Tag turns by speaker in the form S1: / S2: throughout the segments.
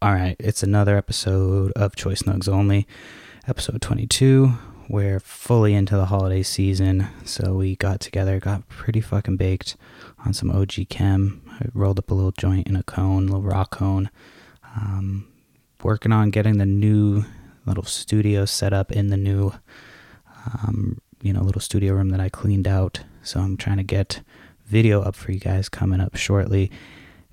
S1: All right, it's another episode of Choice Nugs Only, episode 22. We're fully into the holiday season, so we got together, got pretty fucking baked on some OG Chem. I rolled up a little joint in a cone, little rock cone. Um, working on getting the new little studio set up in the new, um, you know, little studio room that I cleaned out. So I'm trying to get video up for you guys coming up shortly.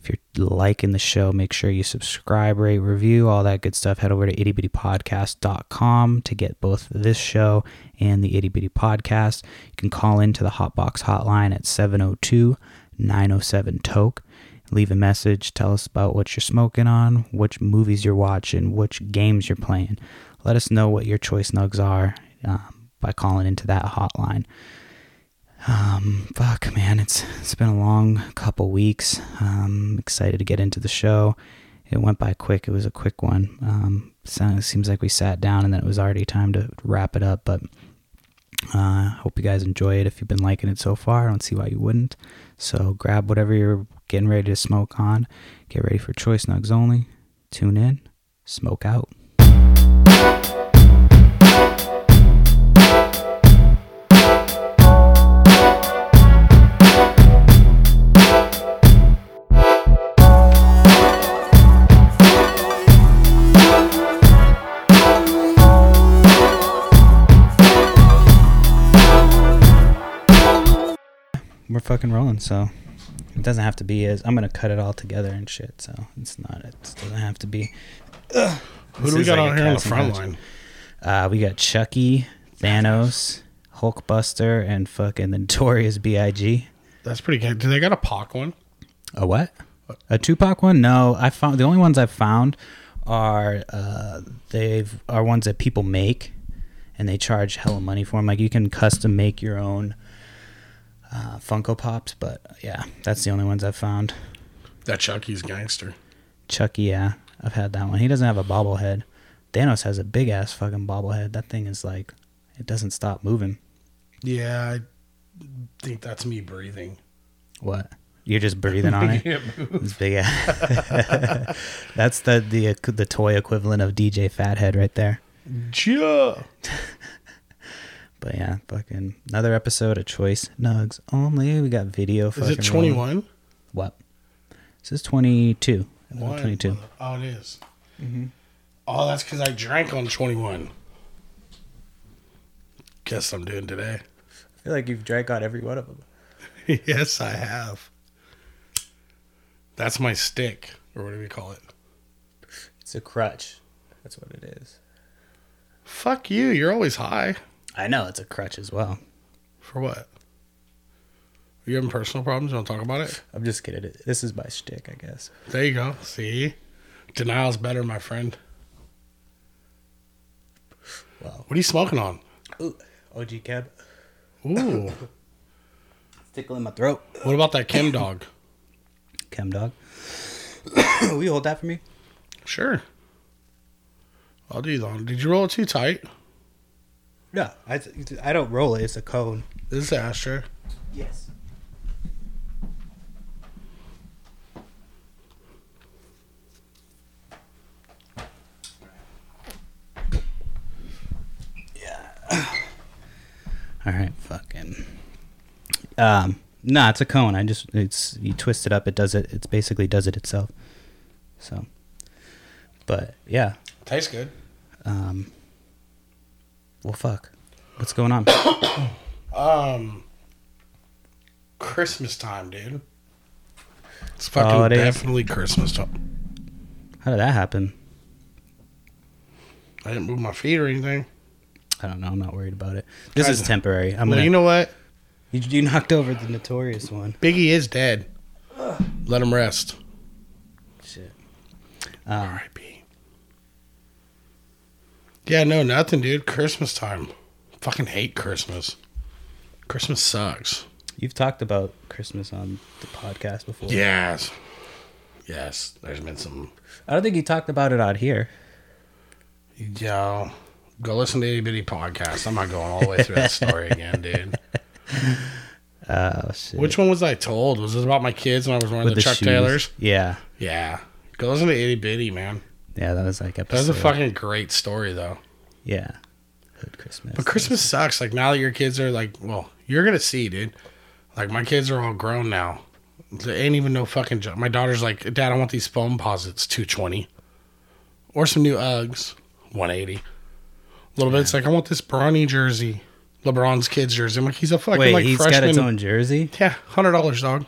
S1: If you're liking the show, make sure you subscribe, rate, review, all that good stuff. Head over to ittybittypodcast.com to get both this show and the Itty Bitty Podcast. You can call into the Hotbox hotline at 702 907 TOKE. Leave a message. Tell us about what you're smoking on, which movies you're watching, which games you're playing. Let us know what your choice nugs are um, by calling into that hotline. Um, fuck, man, it's it's been a long couple weeks. Um, excited to get into the show. It went by quick. It was a quick one. Um, so- it seems like we sat down and then it was already time to wrap it up. But uh, hope you guys enjoy it. If you've been liking it so far, I don't see why you wouldn't. So grab whatever you're getting ready to smoke on. Get ready for choice nugs only. Tune in. Smoke out. We're fucking rolling. So it doesn't have to be as I'm gonna cut it all together and shit. So it's not. It doesn't have to be. Ugh.
S2: Who
S1: This
S2: do we
S1: is
S2: got
S1: like
S2: on
S1: a
S2: here on the
S1: cat
S2: front
S1: sometimes.
S2: line?
S1: Uh, we got Chucky, Thanos, Hulkbuster, and fucking the Notorious B.I.G.
S2: That's pretty good. Do they got a POC one?
S1: A what? A Tupac one? No, I found the only ones I've found are uh, they've are ones that people make, and they charge hella money for them. Like you can custom make your own uh, Funko Pops, but yeah, that's the only ones I've found.
S2: That Chucky's gangster.
S1: Chucky, yeah, I've had that one. He doesn't have a bobblehead. Thanos has a big ass fucking bobblehead. That thing is like, it doesn't stop moving.
S2: Yeah, I think that's me breathing.
S1: What? You're just breathing on it. It's big ass. That's the the the toy equivalent of DJ Fathead right there.
S2: Yeah.
S1: But yeah, fucking another episode of Choice Nugs only. We got video.
S2: Is
S1: Fucking
S2: it 21?
S1: rolling. What? This is twenty two.
S2: Why?
S1: Twenty two.
S2: Oh, it is.
S1: Mm-hmm.
S2: Oh, that's because I drank on 21. Guess I'm doing today.
S1: I feel like you've drank out every one of them.
S2: yes, I have. That's my stick, or whatever you call it.
S1: It's a crutch. That's what it is.
S2: Fuck you. You're always high.
S1: I know it's a crutch as well.
S2: For what? You having personal problems? You want to talk about it?
S1: I'm just kidding. This is my shtick, I guess.
S2: There you go. See? Denial's better, my friend.
S1: Wow.
S2: What are you smoking on?
S1: Ooh, OG cab.
S2: Ooh.
S1: It's tickling my throat.
S2: what about that Kim dog?
S1: Chem dog. Will you hold that for me?
S2: Sure. I'll do that. Did you roll it too tight?
S1: No, I, I don't roll it. It's a cone.
S2: This is the ashtray.
S1: Yes. Yeah. All right, fucking. Um, nah, it's a cone. I just it's you twist it up. It does it. It's basically does it itself. So, but yeah.
S2: Tastes good.
S1: Um. Well, fuck. What's going on?
S2: Um, Christmas time, dude. It's fucking
S1: Oh, it is.
S2: definitely Christmas time.
S1: How did that happen?
S2: I didn't move my feet or anything.
S1: I don't know. I'm not worried about it. This
S2: I-
S1: is temporary. I'm
S2: Well,
S1: gonna.
S2: you
S1: You,
S2: know what?
S1: you knocked over the notorious one.
S2: Biggie is dead. Let him rest.
S1: Shit. Um,
S2: R.I.P. Yeah, no, nothing, dude. Christmas time. Fucking hate Christmas. Christmas sucks.
S1: you've talked about Christmas on the podcast before.
S2: Yes. Yes. There's been some.
S1: I don't think you talked about it out here.
S2: Yo, go listen to Itty Bitty Podcast. I'm not going all the way through that story again, dude.
S1: Oh shit.
S2: Which one was I told? Was this about my kids when I was wearing the, Chuck
S1: shoes.
S2: Taylors?
S1: Yeah.
S2: Yeah. Go listen to Itty Bitty, man.
S1: Yeah, that was like episode.
S2: That was a fucking great story, though.
S1: yeah. Hood Christmas.
S2: But Christmas sucks. Like now that your kids are like, well, you're gonna see, dude. Like my kids are all grown now. They ain't even no fucking job. My daughter's like, Dad, I want these foam posits, two twenty, or some new Uggs, one eighty. A little bit. It's like I want this Bronny jersey, LeBron's kids jersey. I'm like, he's a fucking
S1: Wait,
S2: like
S1: he's
S2: freshman.
S1: got its own jersey.
S2: Yeah, hundred dollars, dog.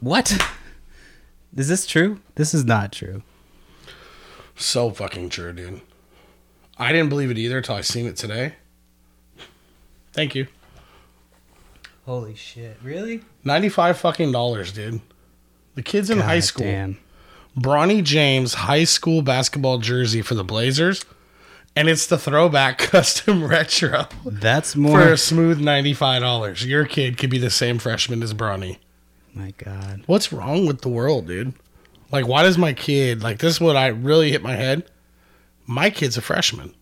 S1: What? Is this true? This is not true.
S2: So fucking true, dude. I didn't believe it either until I seen it today. Thank you.
S1: Holy shit! Really?
S2: Ninety-five fucking dollars, dude. The kids in high school.
S1: Damn.
S2: Bronny James high school basketball jersey for the Blazers, and it's the throwback custom retro
S1: That's
S2: for
S1: more.
S2: a smooth ninety-five dollars. Your kid could be the same freshman as Bronny.
S1: My God.
S2: What's wrong with the world, dude? Like, why does my kid like this? Is what I really hit my head. My kid's a freshman,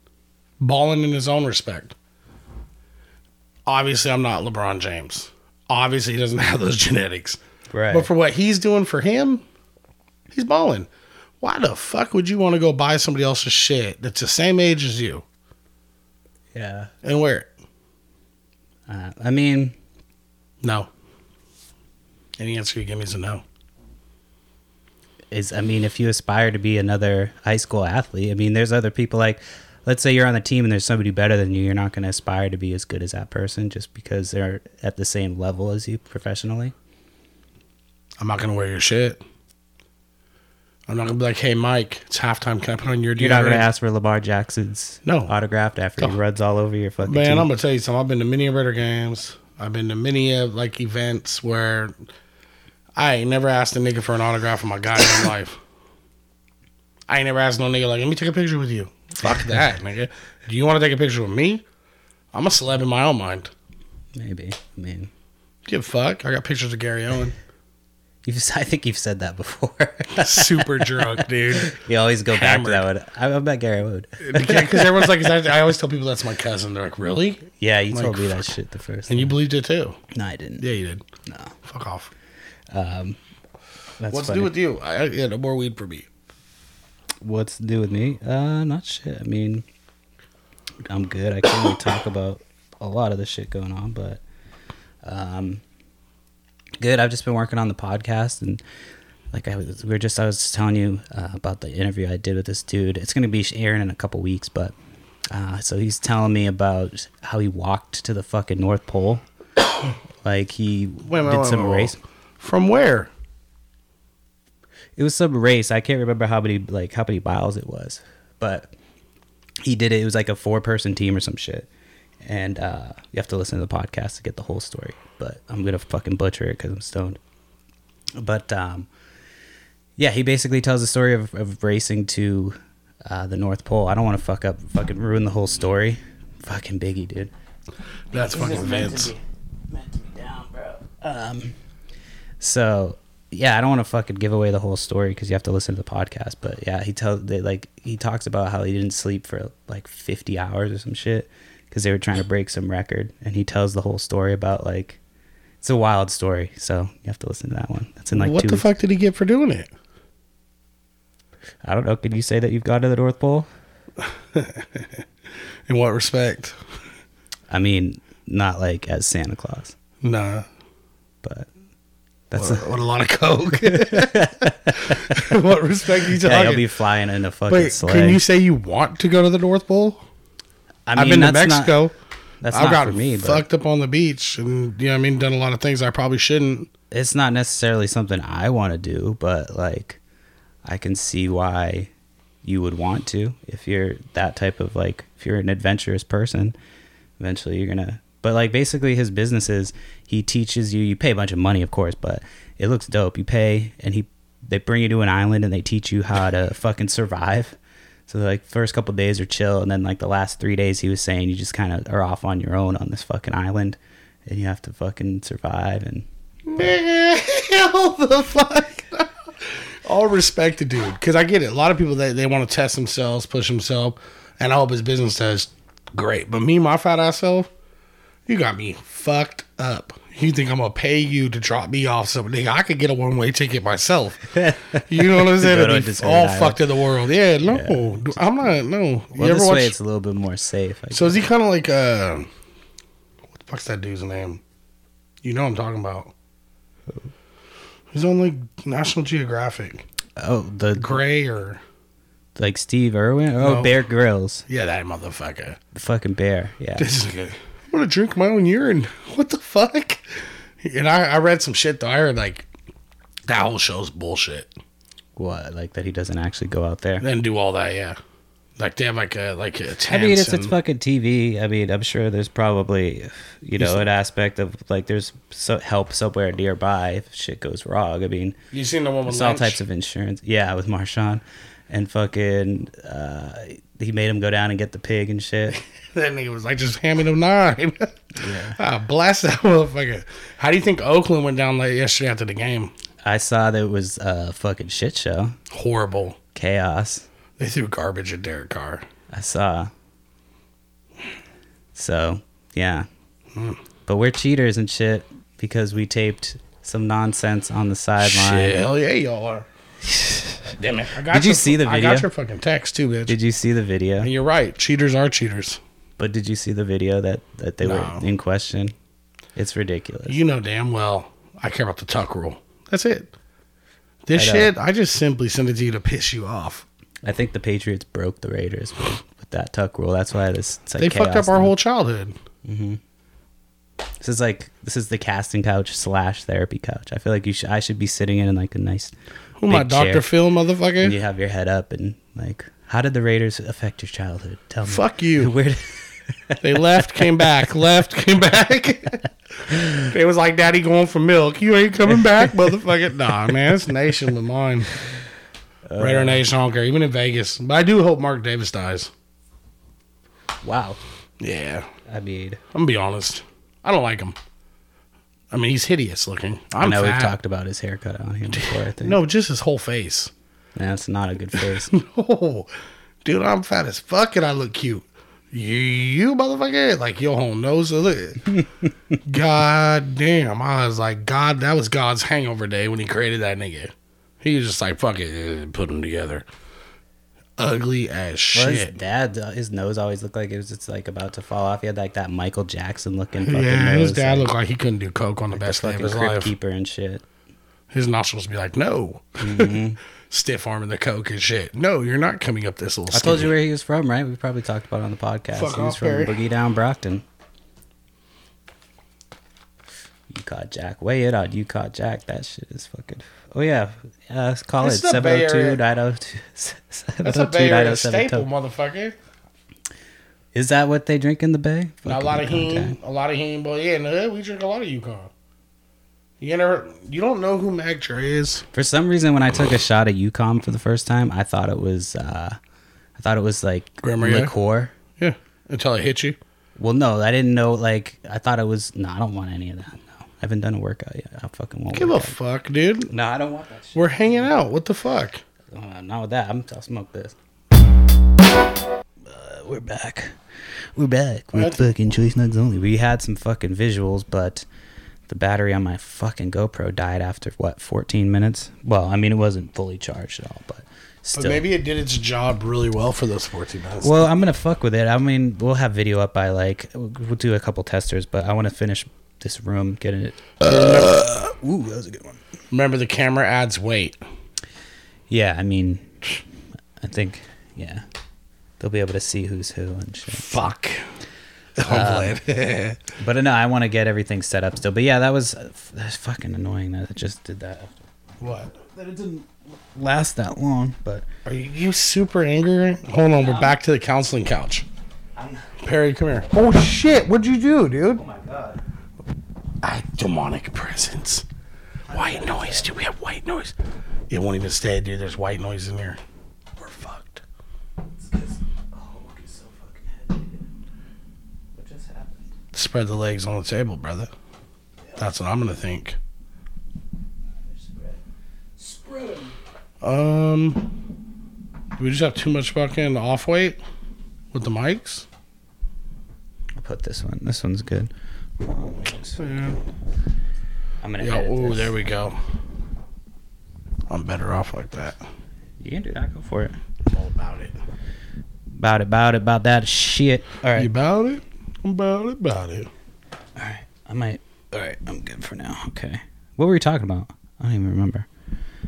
S2: balling in his own respect. Obviously, I'm not LeBron James. Obviously, he doesn't have those genetics.
S1: Right.
S2: But for what he's doing for him, he's balling. Why the fuck would you want to go buy somebody else's shit that's the same age as you
S1: yeah.
S2: and wear it?
S1: Uh, I mean,
S2: No. Any answer you give me is a no.
S1: is I mean, if you aspire to be another high school athlete, I mean, there's other people like, let's say you're on the team and there's somebody better than you, you're not going to aspire to be as good as that person just because they're at the same level as you professionally.
S2: I'm not gonna wear your shit. I'm not gonna be like, hey Mike, it's halftime. Can I put on your
S1: You're not going to
S2: deodorant?"
S1: ask for LeBar Jackson's
S2: No.
S1: autograph after he
S2: No.
S1: runs all over your fucking
S2: Man,
S1: team.
S2: I'm gonna tell you something. I've been to many Raider games. I've been to many uh, like events where I ain't never asked a nigga for an autograph in my goddamn life. I ain't never asked no nigga like, let me take a picture with you. Fuck that, nigga. Do you want to take a picture with me? I'm a celeb in my own mind.
S1: Maybe. I mean,
S2: Give a fuck. I got pictures of Gary Owen.
S1: you've, I think you've said that before.
S2: Super drunk, dude.
S1: you always go back to
S2: Hammered.
S1: that one. I, I bet Gary would.
S2: Because everyone's like, is that- I always tell people that's my cousin. They're like, really?
S1: Yeah, you
S2: Like,
S1: told me that shit the first
S2: And
S1: time.
S2: you believed it too?
S1: No, I didn't.
S2: Yeah, you did.
S1: No.
S2: Fuck off.
S1: That's
S2: What's
S1: funny.
S2: new with you? I, I, yeah, no more weed for me.
S1: what's to do with me? Uh, not shit. I mean, I'm good. I can't really talk about a lot of the shit going on, but um, good. I've just been working on the podcast, and like I was, we were just, I was just telling you uh, about the interview I did with this dude. It's gonna be airing in a couple weeks, but uh, so he's telling me about how he walked to the fucking North Pole. Like he
S2: Wait, wait,
S1: did
S2: wait,
S1: some
S2: wait, wait.
S1: race.
S2: From where?
S1: it was some race. I can't remember how many like how many miles it was, but he did it. It was like a four person team or some shit. And uh, you have to listen to the podcast to get the whole story. But I'm gonna fucking butcher it because I'm stoned. But um, yeah, he basically tells the story of, of racing to uh, the North Pole. I don't want to fuck up, fucking ruin the whole story. Fucking Biggie, dude.
S2: That's fucking Vince.
S1: Meant to be down, bro. Um, so yeah, I don't want to fucking give away the whole story because you have to listen to the podcast. But yeah, he tells they like he talks about how he didn't sleep for like 50 hours or some shit because they were trying to break some record, and he tells the whole story about like it's a wild story. So you have to listen to that one. That's in like
S2: what
S1: two.
S2: the
S1: weeks.
S2: fuck did he get for doing it?
S1: I don't know. Could you say that you've gone to the North Pole?
S2: In what respect?
S1: I mean, not like as Santa Claus,
S2: Nah.
S1: but that's
S2: What a, what a lot of coke. In what respect you
S1: yeah.
S2: talking?
S1: You'll be flying in a fucking
S2: Wait,
S1: sleigh.
S2: can you say you want to go to the North Pole?
S1: I
S2: I have been to
S1: that's not-
S2: Mexico.
S1: That's
S2: I've
S1: not
S2: got
S1: for me, but
S2: fucked up on the beach, and you know what I mean. Done a lot of things I probably shouldn't.
S1: it's not necessarily something I want to do. But like, I can see why you would want to if you're that type of like if you're an adventurous person. Eventually, you're gonna. But like, basically, his business is he teaches you. You pay a bunch of money, of course, but it looks dope. You pay, and he they bring you to an island and they teach you how to fucking survive. So like first couple days are chill, and then like the last three days, he was saying you just kind of are off on your own on this fucking island, and you have to fucking survive and
S2: Hell the fuck. All respect to dude, because I get it. A lot of people they, they want to test themselves, push themselves, and I hope his business does great. But me, my fat ass self, you got me fucked up. You think I'm gonna pay you to drop me off something? I could get a one way ticket myself. You know what I'm saying?
S1: Go to
S2: It'd
S1: a
S2: be
S1: deserted
S2: all
S1: island.
S2: fucked in the world. Yeah, no, I'm not. No,
S1: Well,
S2: you ever
S1: this way
S2: watch?
S1: it's a little bit more safe. I
S2: So is he kind of like uh, what the fuck's that dude's name? You know what I'm talking about. He's on like National Geographic,
S1: guess. oh, the
S2: Gray or
S1: like Steve Irwin. Oh,
S2: No.
S1: Bear Grylls,
S2: yeah, that motherfucker.
S1: the fucking bear. Yeah,
S2: This is good. I'm gonna drink my own urine. What the fuck? And I, I read some shit though. I heard like that whole show's bullshit.
S1: what? Like that he doesn't actually go out there.
S2: Then do all that, yeah. Like they have like a like a tents
S1: I mean, it's, it's
S2: and-
S1: fucking TV. I mean, I'm sure there's probably, you know, an aspect of like there's so help somewhere nearby if shit goes wrong. I mean,
S2: You seen the one with
S1: it's all
S2: Lynch?
S1: types of insurance. Yeah, with Marshawn, and fucking, uh, he made him go down and get the pig and shit.
S2: That nigga was like, just hand me them nine. yeah. blast that motherfucker. How do you think Oakland went down like yesterday after the game?
S1: I saw that it was a fucking shit show,
S2: Horrible.
S1: chaos.
S2: They threw garbage at Derek Carr.
S1: I saw. So yeah,
S2: Hmm.
S1: but we're cheaters and shit because we taped some nonsense on the sideline.
S2: Shit. Hell yeah, y'all are. Damn it. I got
S1: Did you
S2: your-
S1: see the
S2: I
S1: video?
S2: got your fucking text too, bitch.
S1: Did you see the video?
S2: and you're right. Cheaters are cheaters.
S1: But did you see the video that that they
S2: No.
S1: were in question? It's ridiculous.
S2: You know damn well I care about the tuck rule. That's it. This
S1: I know.
S2: shit, I just simply sent it to you to piss you off.
S1: I think the Patriots broke the Raiders with, with that tuck rule. That's why this it's like
S2: They fucked
S1: chaos
S2: up our
S1: now.
S2: whole childhood.
S1: This is like this is the casting couch slash therapy couch. I feel like you should I should be sitting in like a nice
S2: Who am I,
S1: big chair,
S2: Dr. Phil, motherfucker?
S1: and you have your head up and like how did the Raiders affect your childhood? Tell me.
S2: Fuck you.
S1: Where did,
S2: They left, came back, left, came back. it was like daddy going for milk. You ain't coming back, motherfucker. Nah, man, it's nation of mine.
S1: Uh,
S2: Raider Nation, I don't care. Even in Vegas. But I do hope Mark Davis dies.
S1: wow.
S2: Yeah.
S1: I mean
S2: I'm gonna be honest. I don't like him. I mean he's hideous looking.
S1: i
S2: I'm
S1: know
S2: fat.
S1: we've talked about his haircut on him before, I think.
S2: No, just his whole face.
S1: That's not a good face.
S2: Oh, dude, I'm fat as fuck and I look cute. You, you motherfucker, like your whole nose. Look. God damn. I was like, God, that was God's hangover day when he created that nigga. He was just like, fuck it, eh, put them together. Ugly as
S1: Well,
S2: shit.
S1: his dad, uh, his nose always looked like it was just like about to fall off. He had like that Michael Jackson looking fucking
S2: yeah,
S1: nose.
S2: his dad
S1: like,
S2: looked like he couldn't do coke on the best day of
S1: fucking
S2: his
S1: Crypt
S2: life.
S1: keeper and shit.
S2: His nostrils be like, no.
S1: Mm-hmm.
S2: Stiff arming the coke and shit. No, you're not coming up this little.
S1: I told you where he was from, right? We probably talked about it on the podcast.
S2: Fuck
S1: he was
S2: off,
S1: from
S2: Barry.
S1: Boogie Down Brockton. You caught Jack. Weigh it out. You caught Jack. That shit is fucking. Oh, yeah. Uh, call
S2: It's
S1: it
S2: the Bay Area-
S1: 702 902
S2: That's a Bay
S1: 702
S2: Area staple, motherfucker.
S1: Is that what they drink in the Bay?
S2: Now, a
S1: Fucking
S2: lot of
S1: contact.
S2: heme, a lot of heme, but yeah, in the hood, we drink a lot of Yukon. You never, you don't know who Mac Dre is.
S1: For some reason, when I took a shot of UCOM for the first time, I thought it was, uh, I thought it was like
S2: Grand Marnier?
S1: liqueur.
S2: Yeah, until I hit you.
S1: Well, no, I didn't know. Like, I thought it was. No, I don't want any of that. No, I haven't done a workout yet. I fucking won't.
S2: Give a
S1: work out.
S2: fuck, dude.
S1: no, I don't want that shit.
S2: We're hanging out. What the fuck?
S1: Uh, not with that. I'm, I'll smoke this. Uh, we're back. We're back. We're
S2: What?
S1: fucking choice nugs only. We had some fucking visuals, but the battery on my fucking GoPro died after what 14 minutes. Well, I mean, it wasn't fully charged at all, but still.
S2: But maybe it did its job really well for those 14 minutes.
S1: Well, I'm gonna fuck with it. I mean, we'll have video up by like we'll we'll do a couple testers, but I want to finish this room, getting it. ooh, that was a good one.
S2: Uh, Remember, the camera adds weight.
S1: Yeah, I mean, I think yeah, they'll be able to see who's who and shit.
S2: Fuck. I'm playing.
S1: But uh, no, I want to get everything set up still. But yeah, that was uh, that's fucking annoying that it just did that.
S2: what?
S1: That it didn't last that long, but
S2: Are you, you super angry? Hold on, we're back to the counseling couch. Perry, come here. Oh shit! What'd you do, dude?
S1: Oh, my god,
S2: I demonic presence. White noise, dude. We have white noise. It won't even stay, dude. There's white noise in here. We're fucked.
S1: what just happened?
S2: Spread the legs on the table, brother. That's what I'm gonna think. Um, do we just have too much fucking off weight with the mics?
S1: I'll put this one. This one's good. Oh, wait.
S2: Yeah.
S1: I'm gonna.
S2: Yeah.
S1: edit
S2: Oh,
S1: this.
S2: there we go. I'm better off like that.
S1: You can do that. Go for it.
S2: I'm all about it.
S1: About it. About it. About that shit. All right.
S2: You about it? I'm about it. About it.
S1: All right. I might. All right. I'm good for now. Okay. What were we talking about? I don't even remember.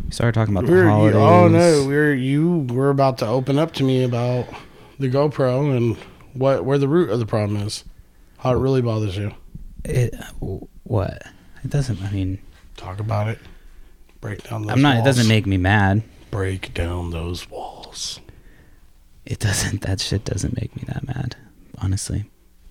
S1: We started talking about the
S2: We're,
S1: holidays.
S2: you, oh no, we're you were about to open up to me about the GoPro and what where the root of the problem is, how it really bothers you.
S1: It, w- what? It doesn't. I mean,
S2: Talk about it. Break down those.
S1: I'm not. It
S2: Walls.
S1: doesn't make me mad.
S2: break down those walls.
S1: It doesn't. That shit doesn't make me that mad. Honestly,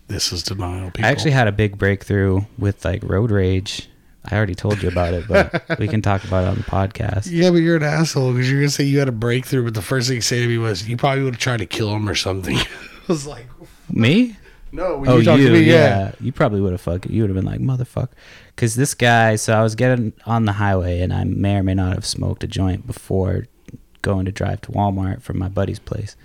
S2: This is denial. People.
S1: I actually had a big breakthrough with like road rage. I already told you about it, but we can talk about it on the podcast.
S2: Yeah, but you're an asshole because you're gonna say you had a breakthrough, but the first thing you say to me was you probably would have tried to kill him or something. I was like,
S1: Me?
S2: no, when
S1: Oh,
S2: you
S1: you?
S2: talk to me,
S1: yeah.
S2: yeah.
S1: you probably would have fucked. You would have been like, motherfucker, because this guy. So I was getting on the highway, and I may or may not have smoked a joint before going to drive to Walmart from my buddy's place.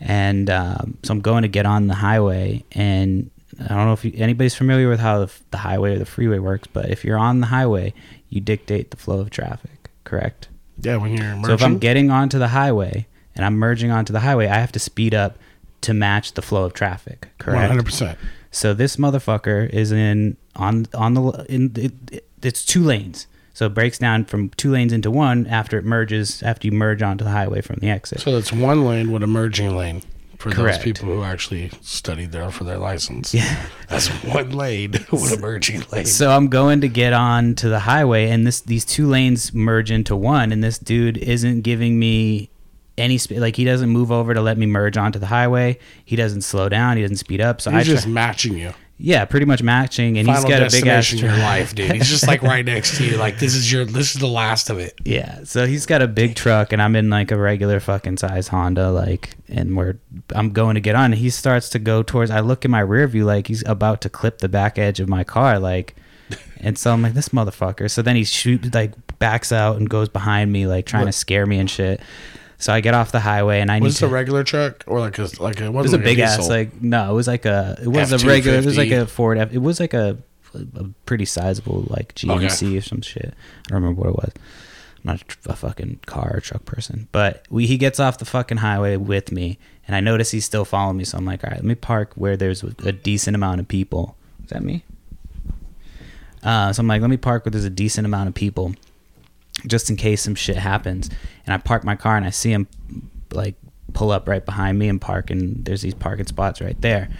S1: And um, so I'm going to get on the highway, and I don't know if you, anybody's familiar with how the, f- the highway or the freeway works, but if you're on the highway, you dictate the flow of traffic, correct?
S2: Yeah, when you're merchant,
S1: So if I'm getting onto the highway and I'm merging onto the highway, I have to speed up to match the flow of traffic, correct?
S2: 100. percent
S1: So this motherfucker is in on on the in it, it- it's two lanes. So it breaks down from two lanes into one after it merges after you merge onto the highway from the exit.
S2: So that's one lane with a merging lane for
S1: Correct.
S2: those people who actually studied there for their license.
S1: Yeah.
S2: That's one lane with a merging lane.
S1: So I'm going to get on to the highway, and this these two lanes merge into one, and this dude isn't giving me any sp- like he doesn't move over to let me merge onto the highway. He doesn't slow down. He doesn't speed up. So I
S2: He's
S1: try-
S2: just matching you.
S1: yeah, pretty much matching, and
S2: Final
S1: he's got a big ass
S2: destination in your life, dude. He's just like right next to you. Like this is your this is the last of it.
S1: Yeah, so he's got a big truck, and I'm in like a regular fucking size Honda, like, and we're I'm going to get on. And he starts to go towards. I look in my rear view, like he's about to clip the back edge of my car, like, and so I'm like this motherfucker. So then he shoots, like, backs out and goes behind me, like trying to scare me and shit. So I get off the highway, and I need
S2: Was this
S1: to.
S2: a regular truck or like a like it wasn't
S1: it was a
S2: like
S1: big ass,
S2: diesel.
S1: like no, it was like a it was a regular, it was like a
S2: F-250.
S1: Ford. F, it was like a, a pretty sizable like GMC or some shit. I don't remember what it was. I'm not a tr- a fucking car or truck person, but we, he gets off the fucking highway with me, and I notice he's still following me. So I'm like, all right, let me park where there's a a decent amount of people. Is that me? Uh, so I'm like, let me park where there's a decent amount of people, just in case some shit happens. And I park my car and I see him like pull up right behind me and park, and there's these parking spots right there.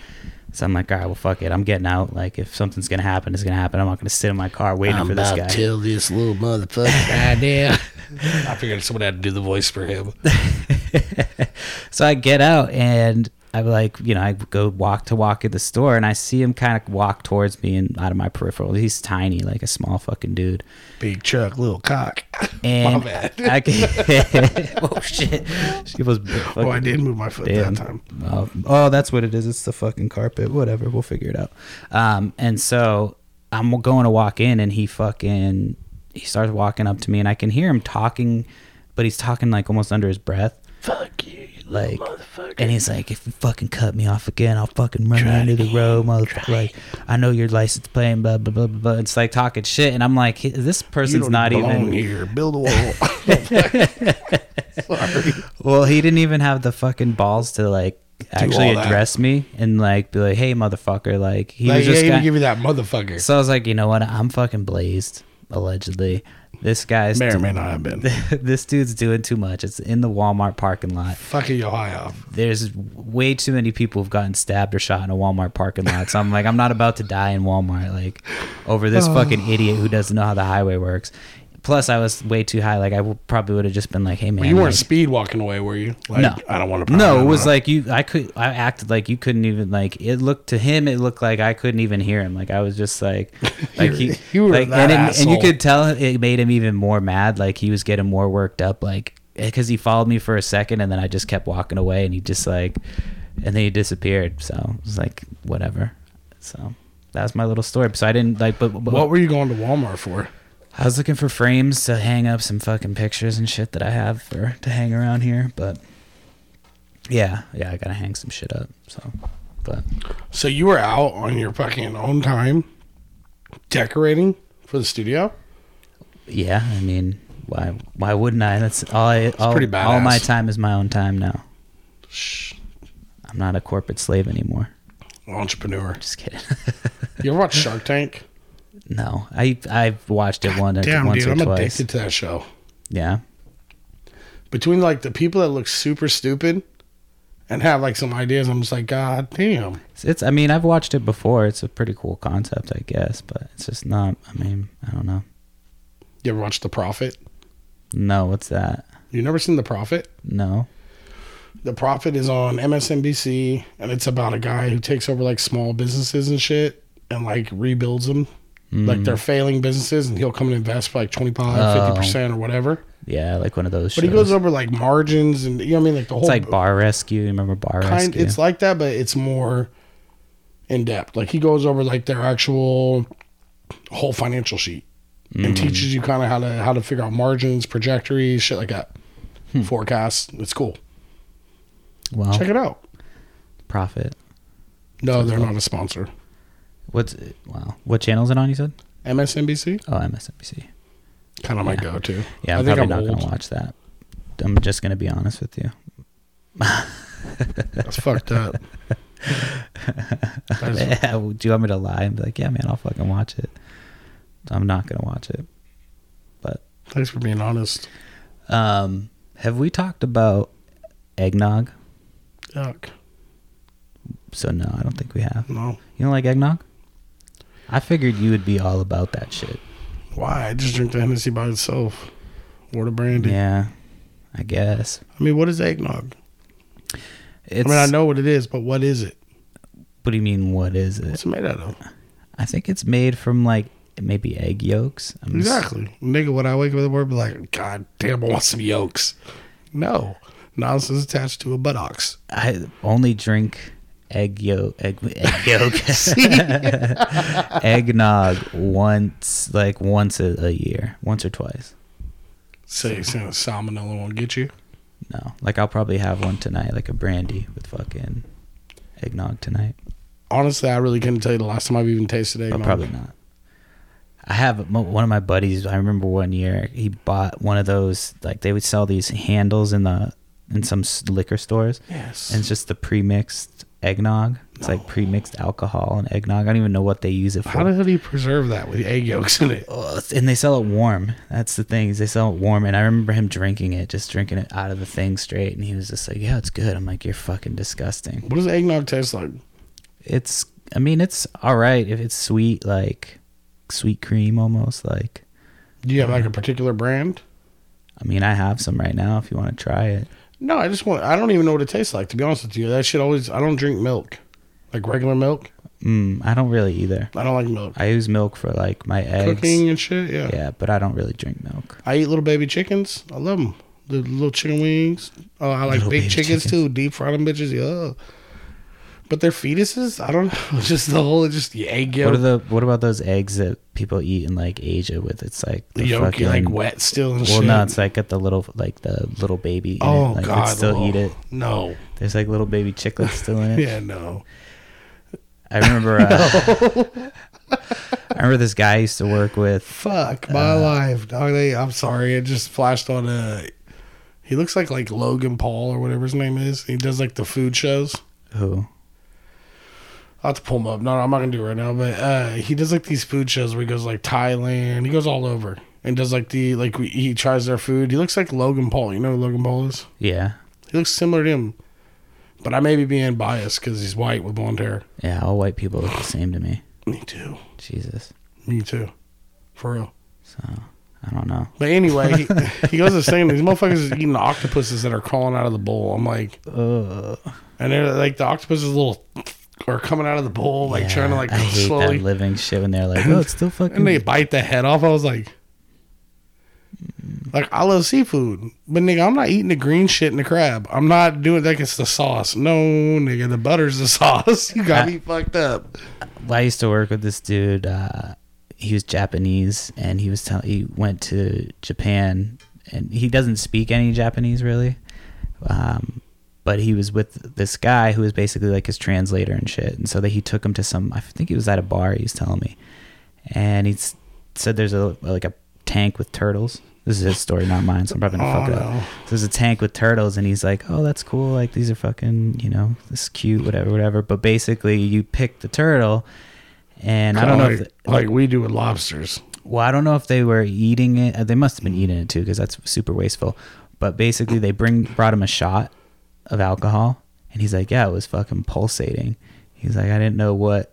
S1: So I'm like, all right, well, fuck it. I'm getting out. Like, if something's gonna happen, it's gonna happen. I'm not gonna sit in my car waiting for this guy.
S2: tell this little motherfucker idea. I figured someone had to do the voice for him.
S1: so I get out and I'm like, you know, I go walk to walk at the store and I see him kind of walk towards me and out of my peripheral. He's tiny, like a small fucking dude.
S2: Big truck, little cock.
S1: And
S2: My bad.
S1: I can, oh shit, she was.
S2: Oh, I did move my foot
S1: Damn.
S2: that time.
S1: Oh, oh, that's what it is. It's the fucking carpet. Whatever. We'll figure it out. Um, and so I'm going to walk in, and he fucking he starts walking up to me, and I can hear him talking, but he's talking like almost under his breath.
S2: Fuck you, you
S1: like
S2: motherfucker.
S1: and he's like if you fucking cut me off again i'll fucking run you into the road motherfucker like i know your license plate and blah blah blah blah blah it's like talking shit and i'm like this person's not even
S2: here. Build a wall. Sorry.
S1: well he didn't even have the fucking balls to like actually
S2: all that.
S1: address me and like be like hey motherfucker like he
S2: Like,
S1: was
S2: yeah,
S1: just
S2: he
S1: got-
S2: give you that motherfucker.
S1: so i was like you know what i'm fucking blazed allegedly this guy's
S2: may or may not have been.
S1: this dude's doing too much it's in the walmart parking lot
S2: Fucking your high off.
S1: there's way too many people who've gotten stabbed or shot in a Walmart parking lot. So I'm like, I'm not about to die in Walmart, like over this fucking idiot who doesn't know how the highway works. Plus, I was way too high. Like, I w- probably would have just been like, "Hey, man."
S2: You weren't
S1: like-
S2: speed walking away, were you? Like,
S1: No.
S2: I don't want to.
S1: no, it was like you. I could. I acted like you couldn't even like. It looked to him. It looked like I couldn't even hear him. Like I was just like, like he.
S2: You were
S1: like,
S2: that
S1: and, it- and you
S2: asshole.
S1: could tell it made him even more mad. Like he was getting more worked up. Like because he followed me for a second and then I just kept walking away and he just like, and then he disappeared. So it was like whatever. So that's my little story. So I didn't like. But, but
S2: What were you going to Walmart for?
S1: I was looking for frames to hang up some fucking pictures and shit that I have for to hang around here, but yeah, yeah, I gotta hang some shit up. So But
S2: So you were out on your fucking own time decorating for the studio?
S1: yeah, I mean, why why wouldn't I? That's all I all,
S2: pretty badass.
S1: all my time is my own time now.
S2: Shh.
S1: I'm not a corporate slave anymore.
S2: Entrepreneur.
S1: Just kidding.
S2: You ever watch Shark Tank?
S1: no. I I've watched it one
S2: Damn,
S1: once
S2: dude,
S1: or
S2: I'm
S1: twice.
S2: addicted to that show.
S1: Yeah.
S2: Between like the people that look super stupid and have like some ideas, I'm just like, God damn.
S1: It's, it's I mean, I've watched it before. It's a pretty cool concept, I guess, but it's just not I mean, I don't know.
S2: You ever watch The Prophet?
S1: No, what's that?
S2: You never seen The Prophet?
S1: No.
S2: The Prophet is on MSNBC and it's about a guy who takes over like small businesses and shit and like rebuilds them. Like they're failing businesses and he'll come and invest for like 25,
S1: Mm. Oh.
S2: 50% or whatever.
S1: Yeah, like one of those
S2: But
S1: shows.
S2: he goes over like margins and you know what I mean, like the whole
S1: it's like Bar Rescue. You remember Bar
S2: kind.
S1: Rescue?
S2: It's like that, but it's more in depth. Like he goes over like their actual whole financial sheet
S1: Mm.
S2: and
S1: Mm-hmm.
S2: teaches you kind of how to how to figure out margins, trajectories, shit like that,
S1: Hmm.
S2: forecasts. It's cool.
S1: well,
S2: Check it out.
S1: Profit.
S2: No, they're not a sponsor.
S1: What's wow? What channel is it on? You said?
S2: MSNBC,
S1: Oh, MSNBC.
S2: kind of my go-to.
S1: Yeah, I'm
S2: I think
S1: probably
S2: I'm
S1: not
S2: old.
S1: gonna watch that. I'm just gonna be honest with you.
S2: That's fucked up. That is-
S1: Yeah, well, do you want me to lie and be like, yeah, man, I'll fucking watch it? I'm not gonna watch it.
S2: thanks for being honest.
S1: Um, have we talked about eggnog?
S2: Yuck.
S1: So no, I don't think we have.
S2: No.
S1: You don't like eggnog? I figured you would be all about that shit.
S2: Why? I just drink the Hennessy by itself. Or the brandy.
S1: Yeah, I guess.
S2: I mean, what is eggnog?
S1: It's,
S2: I mean, I know what it is, but what is it?
S1: What do you mean? What is it?
S2: What's it made out of?
S1: I think it's made from like maybe egg yolks. I'm s-
S2: Exactly. Nigga, when I wake up in the morning, be like, God damn, I want some yolks. No. Nonsense attached to a buttocks.
S1: I only drink egg yolk, egg, egg yolk, eggnog once, like once a, a year, once or twice.
S2: Say, so salmonella won't get you.
S1: No, like I'll probably have one tonight, like a brandy with fucking eggnog tonight,
S2: Honestly, I really couldn't tell you the last time I've even tasted
S1: but
S2: eggnog.
S1: probably not. I have mo- one of my buddies. I remember one year he bought one of those. Like they would sell these handles in the in some s- liquor stores.
S2: Yes.
S1: And it's just the pre-mixed eggnog. It's like pre-mixed alcohol and eggnog. I don't even know what they use it for.
S2: How the hell do you preserve that with egg yolks in it?
S1: Oh, it's- and they sell it warm. That's the thing. Is they sell it warm. And I remember him drinking it, just drinking it out of the thing straight. And he was just like, "Yeah, it's good." I'm like, "You're fucking disgusting."
S2: What does eggnog taste like?
S1: It's. I mean, it's all right if it's sweet, like sweet cream almost. Like,
S2: Do you have like a particular brand?
S1: I mean, I have some right now if you want to try it.
S2: No, I just want, I don't even know what it tastes like, to be honest with you. That shit always, I don't drink milk. Like regular milk.
S1: Mm, I don't really either.
S2: I don't like milk.
S1: I use milk for like my eggs.
S2: Cooking and shit, yeah.
S1: Yeah, but I don't really drink milk.
S2: I eat little baby chickens. I love them. The little chicken wings. Oh, I like
S1: Little
S2: big
S1: baby
S2: chickens,
S1: chickens.
S2: too. Deep fried them bitches. Yeah. But they're fetuses. I don't know. Just the whole, just the egg
S1: What are
S2: yolk.
S1: the what about those eggs that people eat in like Asia with? It's like
S2: The yolk, you like wet still and
S1: Well,
S2: shit.
S1: no, it's like at the little like the little baby. In
S2: oh
S1: it. Like,
S2: God!
S1: they'd still
S2: oh,
S1: eat it.
S2: No.
S1: There's like little baby chicklets still in it.
S2: Yeah, no.
S1: I remember. Uh, I remember this guy I used to work with.
S2: Fuck my
S1: Uh,
S2: life, dog. They, I'm sorry. It just flashed on a. He looks like like Logan Paul or whatever his name is. He does like the food shows.
S1: Who?
S2: I'll have to pull him up. No, no, I'm not gonna do it right now. But uh, he does like these food shows where he goes like Thailand. He goes all over and does like the like we, he tries their food. He looks like Logan Paul. You know who Logan Paul is?
S1: Yeah,
S2: He looks similar to him. But I may be being biased because he's white with blonde hair.
S1: yeah. All white people look the same to me.
S2: Me too.
S1: Jesus.
S2: Me too. For real.
S1: So I don't know.
S2: But anyway, he, he goes to this thing. and These motherfuckers are eating octopuses that are crawling out of the bowl. I'm like,
S1: Ugh.
S2: and they're like the octopuses little are coming out of the bowl, like
S1: Yeah,
S2: trying to like
S1: I hate
S2: slowly,
S1: that living shit when they're like, oh, it's still fucking.
S2: and they bite the head off. I was like, like I love seafood, but nigga, I'm not eating the green shit in the crab. I'm not doing like it's the sauce. No, nigga, the butter's the sauce. You got me fucked up.
S1: Well, I used to work with this dude. Uh, he was Japanese, and he was tell- he went to Japan, and he doesn't speak any Japanese really. Um, but he was with this guy who was basically like his translator and shit. And so that he took him to some, I think he was at a bar. He was telling me, and he said there's a like a tank with turtles. This is his story, not mine. So I'm probably gonna fuck
S2: Oh,
S1: it
S2: no.
S1: up. So there's a tank with turtles, and he's like, "Oh, that's cool. Like these are fucking, you know, this is cute, whatever, whatever." But basically, you pick the turtle, and I don't know.
S2: like,
S1: if the-
S2: like we do with lobsters.
S1: well, I don't know if they were eating it. Uh, They must have been eating it too, because that's super wasteful. But basically, they bring brought him a shot of alcohol, and he's like, "Yeah, it was fucking pulsating." He's like, "I didn't know what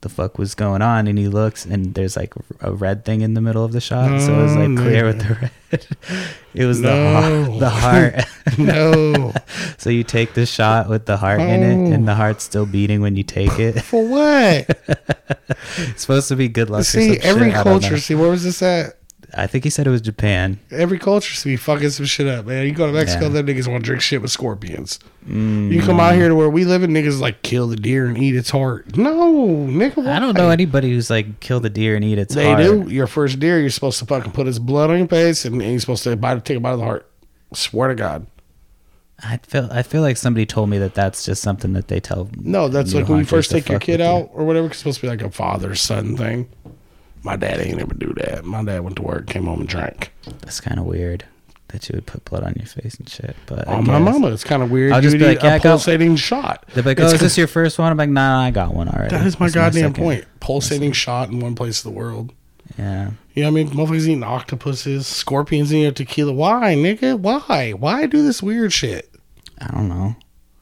S1: the fuck was going on," and he looks, and there's like a red thing in the middle of the shot, so it was like
S2: No,
S1: clear
S2: no.
S1: with the red. it was
S2: No.
S1: the heart, the heart.
S2: No.
S1: so you take the shot with the heart in it, and the heart's still beating when you take it.
S2: For what?
S1: It's supposed to be good luck. or
S2: see,
S1: some
S2: every
S1: shit, I don't know.
S2: culture, see, where was this at?
S1: I think he said it was Japan.
S2: Every culture should be fucking some shit up, man. You go to Mexico,
S1: Yeah.
S2: them niggas want to drink shit with scorpions.
S1: Mm.
S2: You come out here to where we live, and niggas like kill the deer and eat its heart. No, nigga.
S1: I don't
S2: why?
S1: know anybody who's like kill the deer and eat its
S2: They
S1: heart.
S2: do. Your first deer, you're supposed to fucking put his blood on your face, and, and you're supposed to bite, take a bite of the heart. Swear to God.
S1: I feel I feel like somebody told me that that's just something that they tell.
S2: No, that's
S1: new
S2: like when you
S1: hunters
S2: first
S1: to
S2: take your
S1: fuck
S2: kid
S1: with you.
S2: out or whatever. 'cause It's supposed to be like a father son thing. My dad ain't ever do that. My dad went to work, came home and drank.
S1: That's kind of weird that you would put blood on your face and shit. But I
S2: Oh, my
S1: guess.
S2: mama, it's kind of weird.
S1: I'll
S2: you
S1: just
S2: would
S1: be
S2: eat
S1: like, yeah, I
S2: a
S1: got-
S2: pulsating shot.
S1: They're like,
S2: It's
S1: oh, is
S2: con-
S1: this your first one? I'm like, nah, I got one already.
S2: That is my
S1: This
S2: goddamn
S1: second."
S2: point. Pulsating shot in one place of the world.
S1: Yeah,
S2: You know what I mean? Motherfuckers eating octopuses, scorpions eating tequila. Why, nigga? Why? Why do this weird shit?
S1: I don't know.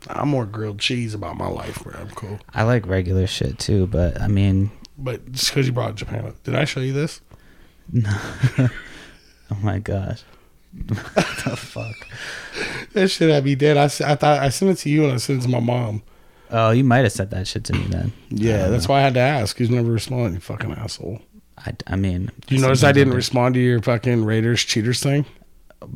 S2: I'm more grilled cheese about my life, bro. I'm cool.
S1: I like regular shit too, but I mean,
S2: But just because you brought Japan up, did I show you this?
S1: oh my gosh, what the fuck?
S2: That shit had me dead. I, s- I thought I sent it to you and I sent it to my mom.
S1: Oh, you might have said that shit to me then.
S2: Yeah, that's why I had to ask. He's never responded, you fucking asshole.
S1: I, I mean,
S2: You notice I didn't
S1: sometimes-
S2: respond to your fucking Raiders cheaters thing?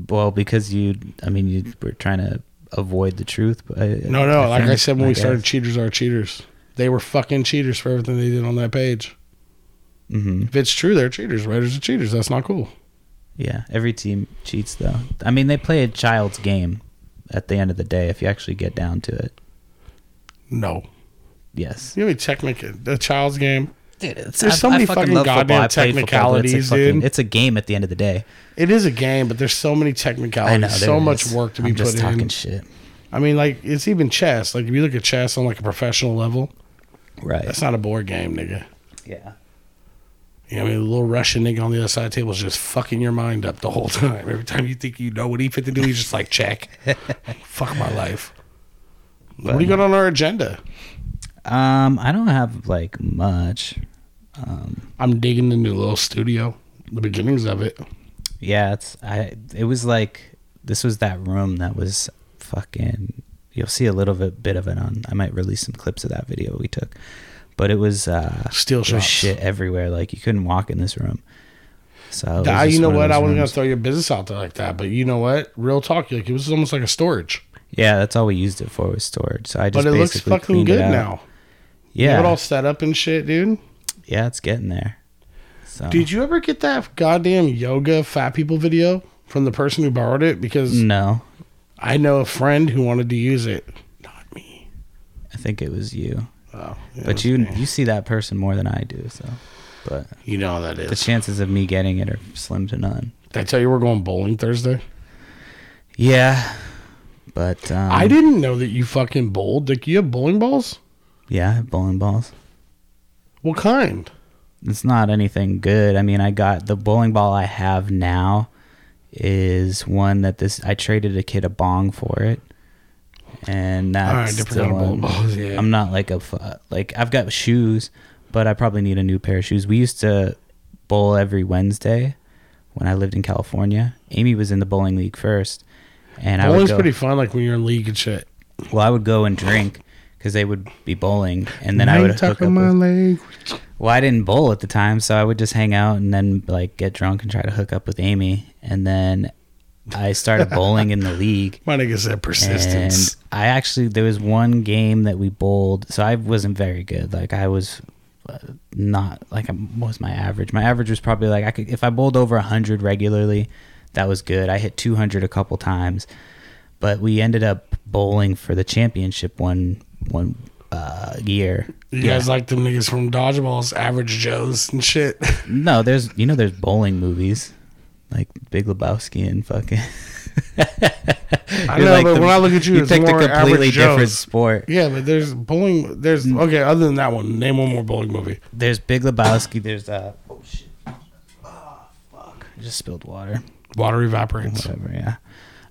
S1: Well, because you, I mean, you were trying to avoid the truth. But
S2: No, no. like I
S1: think,
S2: said when we
S1: guess.
S2: started, cheaters are cheaters. They were fucking cheaters for everything they did on that page.
S1: Mhm.
S2: If it's true, they're cheaters. Raiders are cheaters. That's not cool.
S1: Yeah, every team cheats though. I mean, they play a child's game at the end of the day if you actually get down to it.
S2: No.
S1: Yes.
S2: You know, technical, the child's game.
S1: Dude, it's,
S2: There's so many
S1: fucking
S2: fucking
S1: love football.
S2: goddamn
S1: I played football, but
S2: technicalities,
S1: it's a fucking,
S2: dude.
S1: It's a game at the end of the day.
S2: It is a game, but there's so many
S1: I
S2: technicalities,
S1: know. there
S2: Oh, so
S1: it
S2: much
S1: is.
S2: work to
S1: I'm
S2: be put
S1: just talking
S2: in.
S1: shit.
S2: I mean, like it's even chess. Like if you look at chess on like a professional level,
S1: Right.
S2: that's not a board game, nigga.
S1: Yeah.
S2: You know, what I mean, the little Russian nigga on the other side of the table is just fucking your mind up the whole time. Every time you think you know what he fit to do, he's just like, check. Fuck my life. what do you got on our agenda?
S1: Um, I don't have like much. Um,
S2: I'm digging the new little studio, the beginnings of it.
S1: Yeah, it's I. It was like this was that room that was fucking. You'll see a little bit bit of it on. I might release some clips of that video we took, but it was uh,
S2: Steel
S1: there was
S2: shots.
S1: shit everywhere. Like you couldn't walk in this room. So it was
S2: Ah,
S1: just
S2: you know
S1: one of
S2: what? I
S1: those
S2: wasn't gonna
S1: rooms-
S2: throw your business out there like that, but you know what? Real talk, like it was almost like a storage,
S1: Yeah, that's all we used it for was storage. So I
S2: but
S1: just
S2: it looks
S1: basically
S2: fucking
S1: cleaned it
S2: good
S1: out.
S2: now. You
S1: Yeah,
S2: have it all set up and shit, dude.
S1: yeah, it's getting there. So
S2: Did you ever get that goddamn yoga fat people video from the person who borrowed it? Because
S1: no,
S2: I know a friend who wanted to use it. Not me.
S1: I think it was you.
S2: Oh, yeah,
S1: But you you see that person more than I do. So, but
S2: you know how that
S1: the
S2: is.
S1: chances of me getting it are slim to none.
S2: Did I tell you we're going bowling
S1: Um,
S2: Thursday?
S1: Yeah, but um,
S2: I didn't know that you fucking bowled. Like you have bowling balls?
S1: Yeah, I have bowling balls.
S2: What kind?
S1: It's not anything good. I mean, I got the bowling ball I have now is one that this I traded a kid a bong for it, and
S2: All right,
S1: that's
S2: different
S1: the
S2: kind of bowling
S1: one.
S2: balls. Yeah.
S1: I'm not like a fu- like I've got shoes, but I probably need a new pair of shoes. We used to bowl every Wednesday when I lived in California. Amy was in the bowling league first, and I was
S2: Bowling's pretty fun. Like when you're in league and shit.
S1: Well, I would go and drink because they would be bowling, and then I would
S2: Ain't
S1: hook up.
S2: tucking my
S1: With,
S2: leg.
S1: well, I didn't bowl at the time, so I would just hang out and then like get drunk and try to hook up with Amy, and then I started bowling in the league.
S2: My nigga said
S1: And
S2: persistence.
S1: I actually there was one game that we bowled, so I wasn't very good. Like I was uh, not like I'm- what was my average? My average was probably like I could if I bowled over hundred regularly, that was good. I hit two hundred a couple times, but we ended up bowling for the championship one one uh, year.
S2: You guys like them niggas from dodgeballs, average Joes and shit.
S1: No, there's you know there's bowling movies like Big Lebowski and fucking.
S2: I
S1: You're
S2: know,
S1: like
S2: but
S1: the-
S2: when I look at you,
S1: you
S2: it's
S1: picked a
S2: more
S1: completely
S2: average
S1: different
S2: Joes.
S1: sport.
S2: Yeah, but there's bowling. There's
S1: Mm.
S2: okay. Other than that one, name one more bowling movie.
S1: There's Big Lebowski. There's uh oh shit, oh fuck, I just spilled water.
S2: Water evaporates.
S1: Whatever, yeah.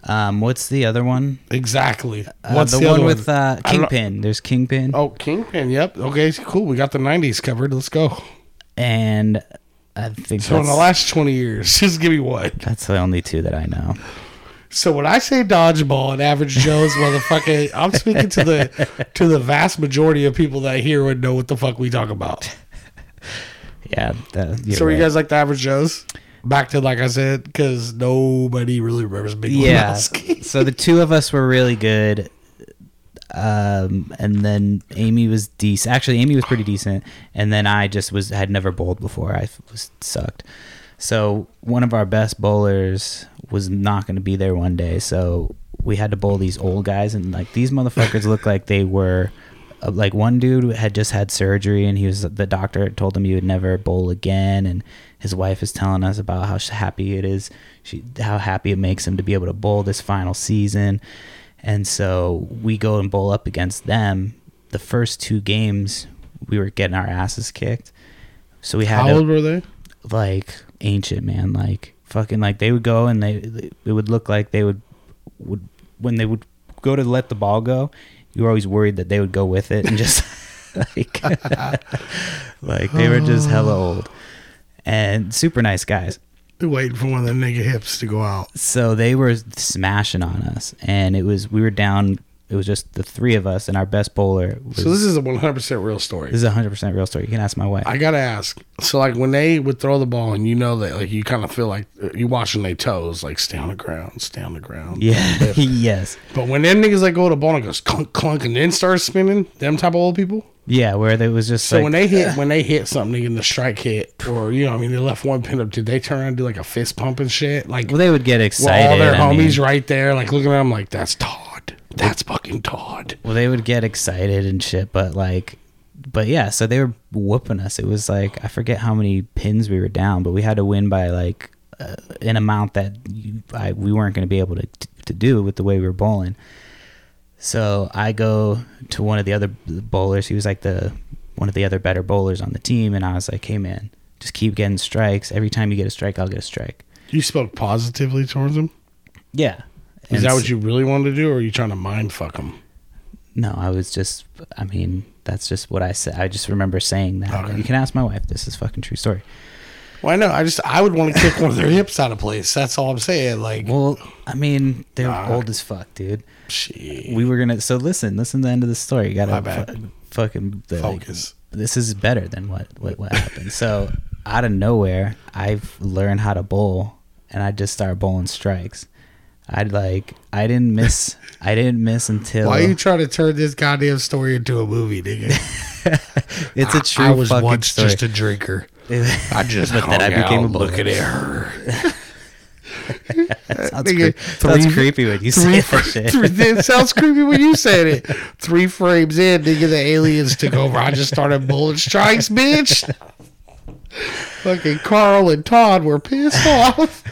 S1: Um, what's the other one?
S2: Exactly.
S1: Uh,
S2: What's
S1: the,
S2: the,
S1: one
S2: other
S1: with uh,
S2: I don't know.
S1: Kingpin? There's Kingpin
S2: Oh, Kingpin. Yep. Okay. Cool. We got the '90s covered. Let's go.
S1: and I think
S2: So in
S1: that's,
S2: the last 20 years, just give me what.
S1: that's the only two that I know.
S2: So when I say dodgeball and average Joe's motherfucker, I'm speaking to the to the vast majority of people that here would know what the fuck we talk about.
S1: Yeah. That, you're
S2: so are
S1: right.
S2: you guys like the average Joe's? Back to like I said, because nobody really remembers Big
S1: yeah.
S2: Lebowski.
S1: so the two of us were really good. Um, and then Amy was decent. Actually, Amy was pretty decent. And then I just was had never bowled before. I f- was sucked. So one of our best bowlers was not going to be there one day. So we had to bowl these old guys, and like these motherfuckers looked like they were. uh, Like one dude had just had surgery, and he was the doctor had told him he would never bowl again, and his wife is telling us about how sh- happy it is, she how happy it makes him to be able to bowl this final season, and so we go and bowl up against them. The first two games, we were getting our asses kicked, so we had
S2: How
S1: to,
S2: old were they?
S1: like ancient man like fucking like they would go and they it would look like they would would when they would go to let the ball go you were always worried that they would go with it and just like like they were just hella old and super nice guys
S2: Waiting for one of the nigga hips to go out.
S1: so they were smashing on us and it was we were down it was just the three of us and our best bowler was,
S2: So this is a 100% real story.
S1: this is a 100% real story you can ask my wife
S2: I gotta ask. So like when they would throw the ball and you know that like you kind of feel like uh, you watching their toes like stay on the ground, stay on the ground.
S1: yeah yes
S2: But when them niggas like go to ball and it goes clunk clunk and then starts spinning, them type of old people.
S1: yeah where there was just
S2: So
S1: like,
S2: when they hit when they hit something nigga, and the strike hit or you know what I mean they left one pin up, did they turn around and do like a fist pump and shit? Like
S1: well, they would get
S2: were
S1: excited
S2: all their
S1: I mean-
S2: homies right there, like looking at them like that's Todd. That's fucking Todd.
S1: Well, they would get excited and shit, but like, but yeah, so they were whooping us. It was like I forget how many pins we were down, but we had to win by like uh, an amount that you, I, we weren't going to be able to to do with the way we were bowling. So I go to one of the other bowlers. He was like the one of the other better bowlers on the team, and I was like, "Hey, man, just keep getting strikes. Every time you get a strike, I'll get a strike."
S2: You spoke positively towards him.
S1: Yeah.
S2: Is that what you really wanted to do, or are you trying to mind fuck him?
S1: No, I was just. I mean, that's just what I said. I just remember saying that.
S2: Okay.
S1: You can ask my wife. This is fucking true story.
S2: Well, I know. I just I would want to kick one of their hips out of place. That's all I'm saying. Like,
S1: Well, I mean, they're
S2: Nah.
S1: old as fuck, dude.
S2: shit.
S1: We were gonna. So listen, listen to the end of the story. You gotta
S2: My bad.
S1: fu- fucking the, like,
S2: Focus.
S1: this is better than what what, what happened. so out of nowhere, I've learned how to bowl, and I just started bowling strikes. I'd like I didn't miss. I didn't miss until
S2: Why are you trying to turn this goddamn story into a movie, nigga?
S1: it's a true
S2: I was
S1: fucking
S2: once
S1: story.
S2: just a drinker. I just
S1: But then
S2: hung
S1: I became
S2: out
S1: a bowler.
S2: looking at her.
S1: Sounds,
S2: nigga,
S1: creep- sounds
S2: three-
S1: creepy when you say
S2: Three,
S1: that shit.
S2: three, it sounds creepy when you said it. Three frames in, nigga, the aliens took over. I just started bullet strikes, bitch. Fucking Carl and Todd were pissed off.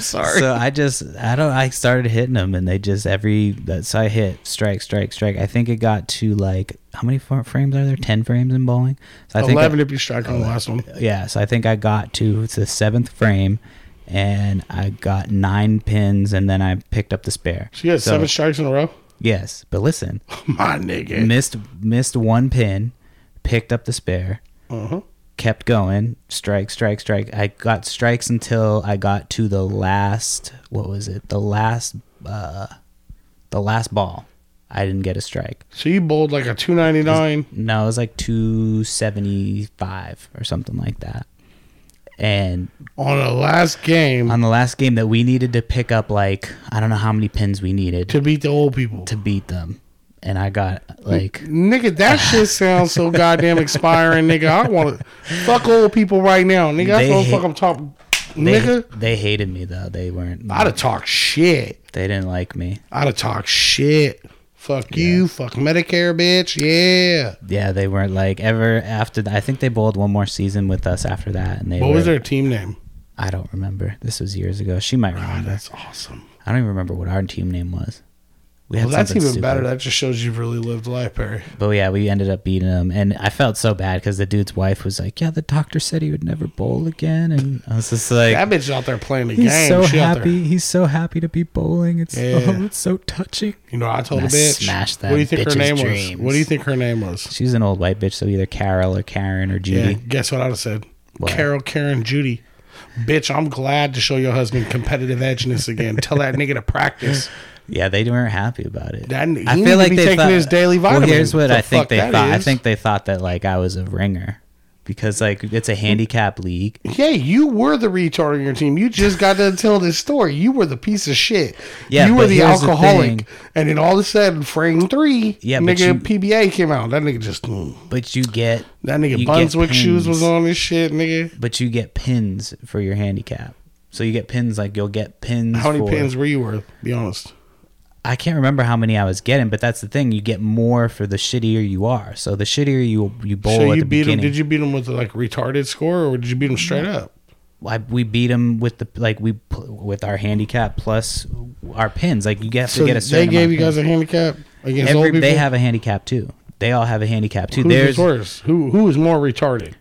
S2: Sorry.
S1: So I just I don't I started hitting them and they just every that so I hit strike strike strike. I think it got to like how many fr- frames are there? Ten frames in bowling. So I think I-
S2: Eleven if you strike on the last one.
S1: yeah. So I think I got to the seventh frame and I got nine pins and then I picked up the spare.
S2: So you had seven strikes in a row?
S1: Yes, but listen,
S2: My nigga.
S1: missed missed one pin, picked up the spare.
S2: Uh-huh.
S1: kept going strike strike strike i got strikes until i got to the last what was it the last uh the last ball i didn't get a strike
S2: So you bowled like a 299.
S1: no it was like 275 or something like that and
S2: on the last game
S1: on the last game that we needed to pick up like i don't know how many pins we needed
S2: to beat the old people.
S1: to beat them and i got like
S2: Nigga, that shit sounds so goddamn expiring, nigga. I want to fuck old people right now, nigga. That's
S1: They
S2: what the
S1: hate-
S2: fuck I'm talking.
S1: They,
S2: nigga.
S1: they hated me though. They weren't.
S2: I'd have talked shit.
S1: They didn't like me.
S2: I'd have talked shit. Fuck you. Fuck Medicare, bitch. Yeah.
S1: Yeah, they weren't like ever after. th- I think they bowled one more season with us after that, and they.
S2: What
S1: were,
S2: was their team name?
S1: I don't remember. This was years ago. She might
S2: God,
S1: remember.
S2: that's awesome.
S1: I don't even remember what our team name was. We
S2: Well, that's
S1: something
S2: even
S1: stupid.
S2: better. That just shows you've really lived life, Perry.
S1: But yeah, we ended up beating him, and I felt so bad because the dude's wife was like, "Yeah, the doctor said he would never bowl again," and I was just like,
S2: That bitch is out there playing the
S1: "He's
S2: game.
S1: so
S2: She out there-
S1: happy. He's so happy to be bowling. It's
S2: Yeah.
S1: oh, it's so touching."
S2: You know, I told
S1: And
S2: the
S1: I
S2: bitch.
S1: smashed that
S2: what do you think her
S1: bitch's
S2: name
S1: dreams.
S2: was? What do you think her name was?
S1: She's an old white bitch, so either Carol or Karen or
S2: Yeah.
S1: Judy.
S2: Guess what I'd have said?
S1: What?
S2: Carol, Karen, Judy. Bitch, I'm glad to show your husband competitive edge in this again. Tell that nigga to practice.
S1: Yeah, they weren't happy about it.
S2: That- he need to be taking his daily
S1: Well, here's
S2: vitamins.
S1: what
S2: The
S1: I think
S2: fuck
S1: they
S2: that
S1: thought. I
S2: is.
S1: think they thought that like I was a ringer because like it's a handicap league.
S2: Yeah, you were the retard on your team. You just got to tell this story. You were the piece of shit.
S1: Yeah,
S2: you were
S1: but
S2: the
S1: here's the
S2: alcoholic.
S1: thing.
S2: and then all of a sudden, frame three,
S1: Yeah, but
S2: nigga
S1: you-
S2: PBA came out. That nigga just mm.
S1: But you get
S2: that nigga
S1: You get
S2: Bunswick shoes was
S1: pins.
S2: on this shit, nigga.
S1: but you get pins for your handicap. So you get pins like you'll get pins.
S2: How many
S1: for-
S2: pins were you worth? Be honest.
S1: I can't remember how many I was getting, but that's the thing. You get more for the shittier you are. So the shittier you you bowl
S2: so
S1: at
S2: you
S1: the
S2: beat
S1: beginning.
S2: him? Did you beat him with like retarded score, or did you beat him straight up?
S1: I, we beat them with the like we pl- with our handicap plus our pins. Like you have
S2: So
S1: to get a
S2: they
S1: certain.
S2: gave
S1: amount
S2: you
S1: of
S2: guys
S1: pins.
S2: a handicap against old
S1: Every,
S2: people.
S1: they have a handicap too. They all have a handicap too.
S2: Who's
S1: There's.
S2: the worst? Who who is more retarded?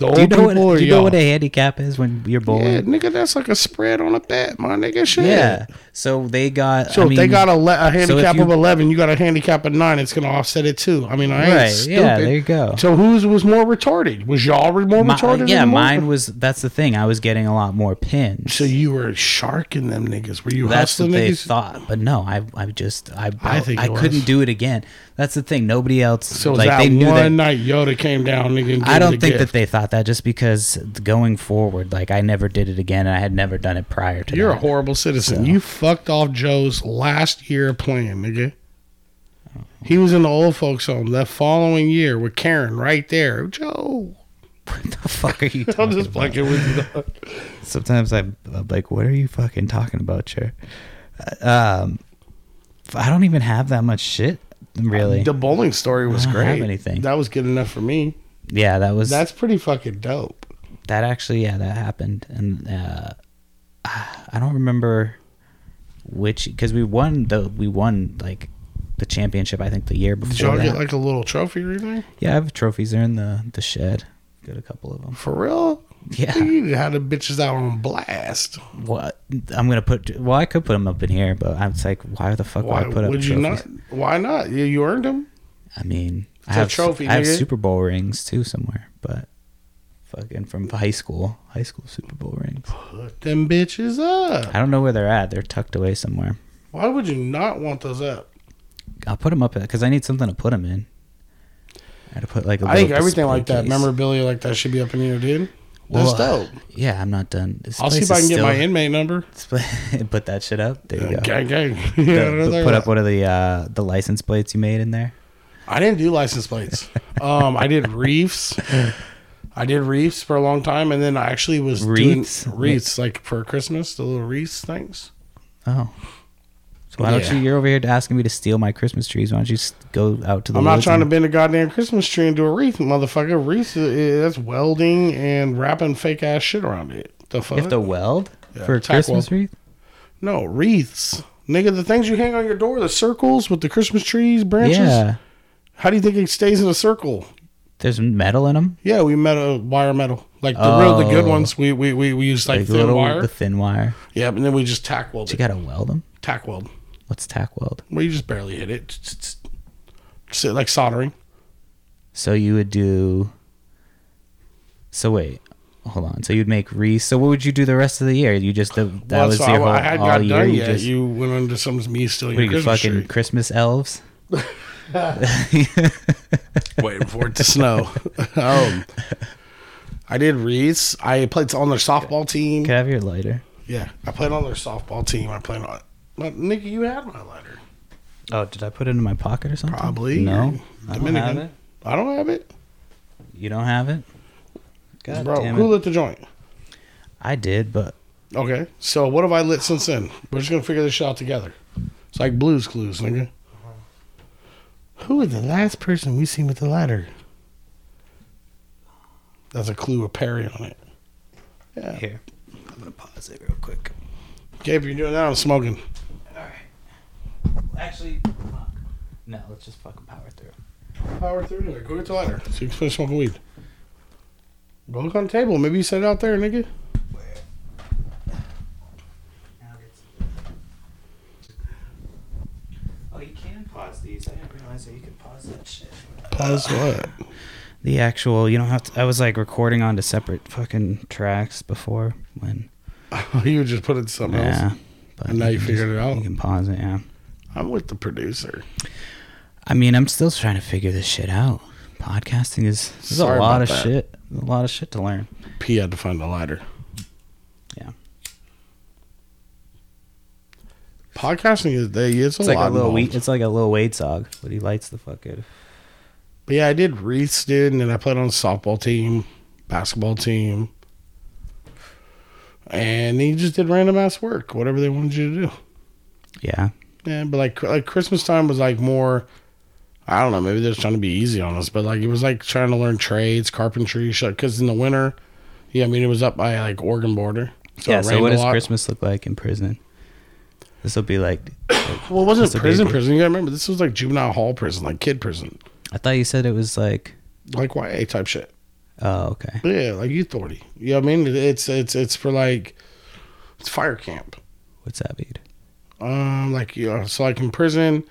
S2: The old
S1: Do you know what?
S2: people or
S1: Do you
S2: y'all?
S1: know what a handicap is when you're
S2: yeah,
S1: bowling?
S2: nigga, that's like a spread on a bet, my nigga. Shit.
S1: Yeah. So they got.
S2: So
S1: I
S2: if
S1: mean,
S2: they got a, le- a handicap
S1: you-
S2: of eleven, you got a handicap of nine. It's gonna offset it too. I mean, I ain't
S1: Right,
S2: stupid.
S1: yeah, there you go.
S2: So whose was more retarded? Was y'all re- more
S1: my-
S2: retarded?
S1: yeah,
S2: than more-
S1: mine was. That's the thing. I was getting a lot more pins.
S2: So you were sharking them niggas. Were you
S1: That's what
S2: hustling
S1: they
S2: niggas?
S1: thought, but no, I I just I
S2: I
S1: I,
S2: think it was.
S1: couldn't do it again. That's the thing. Nobody else
S2: so
S1: like
S2: that
S1: they knew
S2: one
S1: that.
S2: night Yoda came down, nigga. And
S1: I don't think
S2: gift.
S1: that they thought that just because going forward, like I never did it again, and I had never done it prior to.
S2: You're a
S1: that.
S2: horrible citizen. You fucked off Joe's last year of playing, nigga. He was in the old folks home that following year with Karen right there. Joe,
S1: What the fuck are you?
S2: I'm
S1: Talking
S2: just
S1: about?
S2: fucking with you. dog.
S1: Sometimes I'm, I'm like, what are you fucking talking about, sure? Um, I don't even have that much shit, really.
S2: The bowling story was
S1: I don't
S2: great.
S1: have anything.
S2: That was good enough for me.
S1: yeah, that was
S2: That's pretty fucking dope.
S1: that actually yeah that happened and uh i don't remember which because we won the we won like the championship i think the year
S2: Did
S1: before
S2: y'all
S1: that.
S2: get like a little trophy or anything?
S1: yeah i have trophies there in the the shed got a couple of them
S2: For real?
S1: yeah
S2: You had the bitches out on blast.
S1: what i'm gonna put well i could put them up in here but i'm just like why the fuck
S2: Why
S1: would i put up
S2: would you
S1: trophies
S2: not? Why not? You, you earned them.
S1: i mean i
S2: It's a
S1: have
S2: trophy,
S1: i have
S2: nigga.
S1: super bowl rings too somewhere but fucking from high school high school super bowl rings
S2: Put them bitches up.
S1: i don't know where they're at they're tucked away somewhere
S2: Why would you not want those up?
S1: I'll put them up because I need something to put them in. I had to put like a
S2: I think
S1: little
S2: everything like
S1: display
S2: that,
S1: case.
S2: memorabilia like that, should be up in here, dude. That's
S1: Well,
S2: dope.
S1: Yeah, I'm not done. This
S2: I'll see if I can get my inmate number.
S1: in. put that shit up. There you go.
S2: Gang, gang.
S1: The-
S2: yeah,
S1: the-
S2: there
S1: put
S2: you
S1: up
S2: go.
S1: one of the uh, the license plates you made in there.
S2: I didn't do license plates. um, I did reefs. I did reefs for a long time, and then I actually was
S1: Wreaths?
S2: doing wreaths like for Christmas, the little wreaths things.
S1: Oh, so why
S2: Yeah.
S1: don't you? You're over here asking me to steal my Christmas trees. Why don't you s- go out to the?
S2: I'm not
S1: woods
S2: trying to
S1: and-
S2: bend a goddamn Christmas tree into a wreath, motherfucker. Wreaths is that's welding and wrapping fake ass shit around it. The
S1: You have
S2: fuck?
S1: to weld
S2: Yeah,
S1: for a
S2: tack
S1: Christmas tree.
S2: weld. no wreaths, nigga. The things you hang on your door, the circles with the Christmas trees branches.
S1: Yeah,
S2: How do you think it stays in a circle?
S1: there's metal in them.
S2: Yeah, we met a wire metal. Like the real, the good
S1: Oh.
S2: ones, we we, we, we used like,
S1: Like
S2: thin
S1: little
S2: wire.
S1: the thin wire.
S2: yeah, and then we just tack weld
S1: But you
S2: it.
S1: gotta weld them.
S2: Tack weld.
S1: What's tack weld?
S2: Where you just barely hit it. Just- just- like soldering.
S1: So you would do. So wait, hold on. So you'd make wreaths. So what would you do the rest of the year? You just the, that
S2: Well,
S1: was
S2: so
S1: your whole
S2: I, I had
S1: all
S2: got
S1: year.
S2: done
S1: you
S2: yet.
S1: just
S2: you went on to some me stealing
S1: what are
S2: your
S1: you
S2: Christmas
S1: fucking
S2: tree.
S1: Christmas elves?
S2: waiting for it to snow. um, I did wreaths. I played on their softball team.
S1: Could I have your lighter?
S2: Yeah, I played on their softball team. I played on. Well, nigga, you had my letter.
S1: Oh, did I put it in my pocket or something?
S2: Probably.
S1: No, I
S2: You're
S1: don't have
S2: Dominican.
S1: it.
S2: I don't have it,
S1: You don't have it. God
S2: bro.
S1: damn
S2: Who
S1: it!
S2: lit the joint?
S1: I did, but
S2: Okay. So what have I lit since then? We're just gonna figure this shit out together. It's like Blues Clues, nigga.
S1: Uh-huh.
S2: Who is the last person we seen with the ladder? That's a clue with Perry on it. Yeah.
S1: here. I'm gonna pause it real quick.
S2: Gabe, you're doing that. I'm smoking.
S1: Alright. Actually, fuck. No, let's just fucking power through.
S2: Power through to it. Go get the ladder. So you can finish smoking weed. Go look on the table. Maybe you set it out there, nigga.
S1: Oh, you can pause these. I didn't realize that you could pause that shit.
S2: Pause what?
S1: The actual, you don't have to. I was like recording onto separate fucking tracks before when.
S2: you would just put it to something
S1: Yeah.
S2: else.
S1: But
S2: And now you
S1: can
S2: figured
S1: just-
S2: it out.
S1: You can pause it, yeah.
S2: I'm with the producer.
S1: I mean, I'm still trying to figure this shit out. Podcasting is this is
S2: Sorry
S1: a lot
S2: about
S1: of
S2: that.
S1: shit. A lot of shit to learn.
S2: P had to find the ladder.
S1: Yeah.
S2: Podcasting is they it's a
S1: It's like
S2: lot
S1: a little
S2: involved.
S1: wheat. It's like a little Wade sog, but he lights the fuck out. of-
S2: But yeah, I did wreaths, dude, and then I played on the softball team, basketball team, and then you just did random ass work, whatever they wanted you to do.
S1: Yeah.
S2: Yeah, but like like Christmas time was like more. I don't know. Maybe they're just trying to be easy on us, but like it was like trying to learn trades, carpentry, shit. Because in the winter, yeah, I mean it was up by like Oregon border.
S1: yeah.
S2: it
S1: So
S2: rained
S1: what
S2: a
S1: does
S2: lot.
S1: Christmas look like in prison? This will be like.
S2: Well, it wasn't
S1: That's a
S2: prison,
S1: big-
S2: prison. You gotta remember, this was like juvenile hall prison, like kid prison,
S1: I thought you said it was like.
S2: like YA type shit.
S1: Oh, okay.
S2: But yeah, like youth authority. You know what I mean? It's it's it's for like it's fire camp.
S1: What's that mean?
S2: Um, like you know, so like in prison,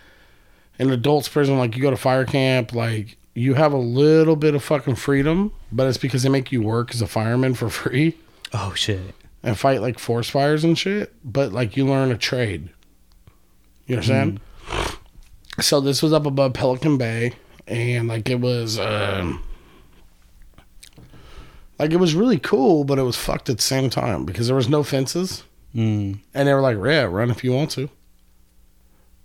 S2: in adults prison, like you go to fire camp, like you have a little bit of fucking freedom, but it's because they make you work as a fireman for free
S1: Oh shit.
S2: and fight like forest fires and shit. But like you learn a trade. You understand? So this was up above Pelican Bay, and like it was, um, like it was really cool, but it was fucked at the same time because there was no fences.
S1: Mm.
S2: And they were like, yeah, run if you want to.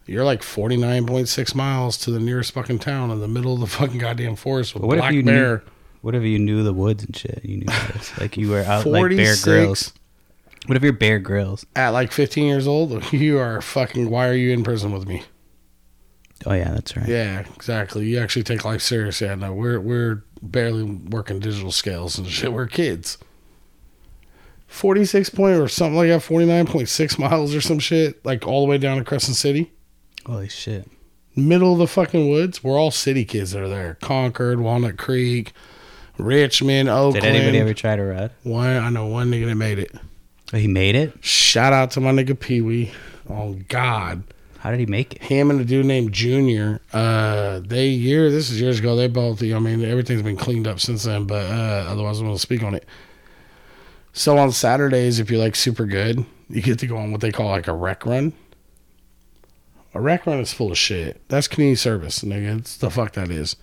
S2: You're like 49.6 miles to the nearest fucking town in the middle of the fucking goddamn forest with
S1: But what if
S2: black
S1: you knew-
S2: bear.
S1: What if you knew the woods and shit? You knew this. like you were out like Bear
S2: 46
S1: Grylls. What if you're Bear Grylls?
S2: at like 15 years old, you are fucking, why are you in prison with me?
S1: Oh yeah, that's right.
S2: Yeah, exactly. You actually take life serious. Yeah, no, we're, we're barely working digital scales and shit. We're kids. 46 point or something like that, 49.6 miles or some shit, like all the way down to Crescent City.
S1: Holy shit.
S2: middle of the fucking woods. We're all city kids that are there. Concord, Walnut Creek, Richmond,
S1: Did
S2: Oakland.
S1: anybody ever try to ride?
S2: One, I know one nigga that made it.
S1: Oh, he made it.
S2: Shout out to my nigga Pee Wee. Oh God,
S1: How did he make it?
S2: him and a dude named Junior. Uh, they year this is years ago. They both. I mean, everything's been cleaned up since then. But uh, otherwise, I'm gonna speak on it. So on Saturdays, if you're like super good, you get to go on what they call like a rec run. A rec run is full of shit. That's community service, nigga. It's the fuck that is.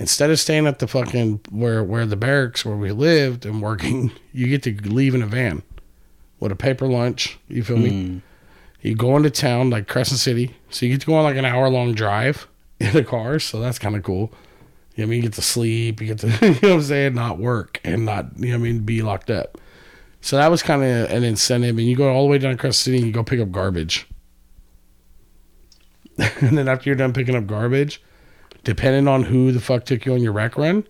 S2: Instead of staying at the fucking where where the barracks where we lived and working, you get to leave in a van with a paper lunch. You feel me?
S1: Mm.
S2: you go into town like Crescent City, so you get to go on like an hour long drive in a car, so that's kind of cool. You know what I mean, you get to sleep, you get to, you know what I'm saying, not work and not, you know what I mean, be locked up. So that was kind of an incentive. And you go all the way down to Crescent City and you go pick up garbage. and then after you're done picking up garbage, depending on who the fuck took you on your rec run,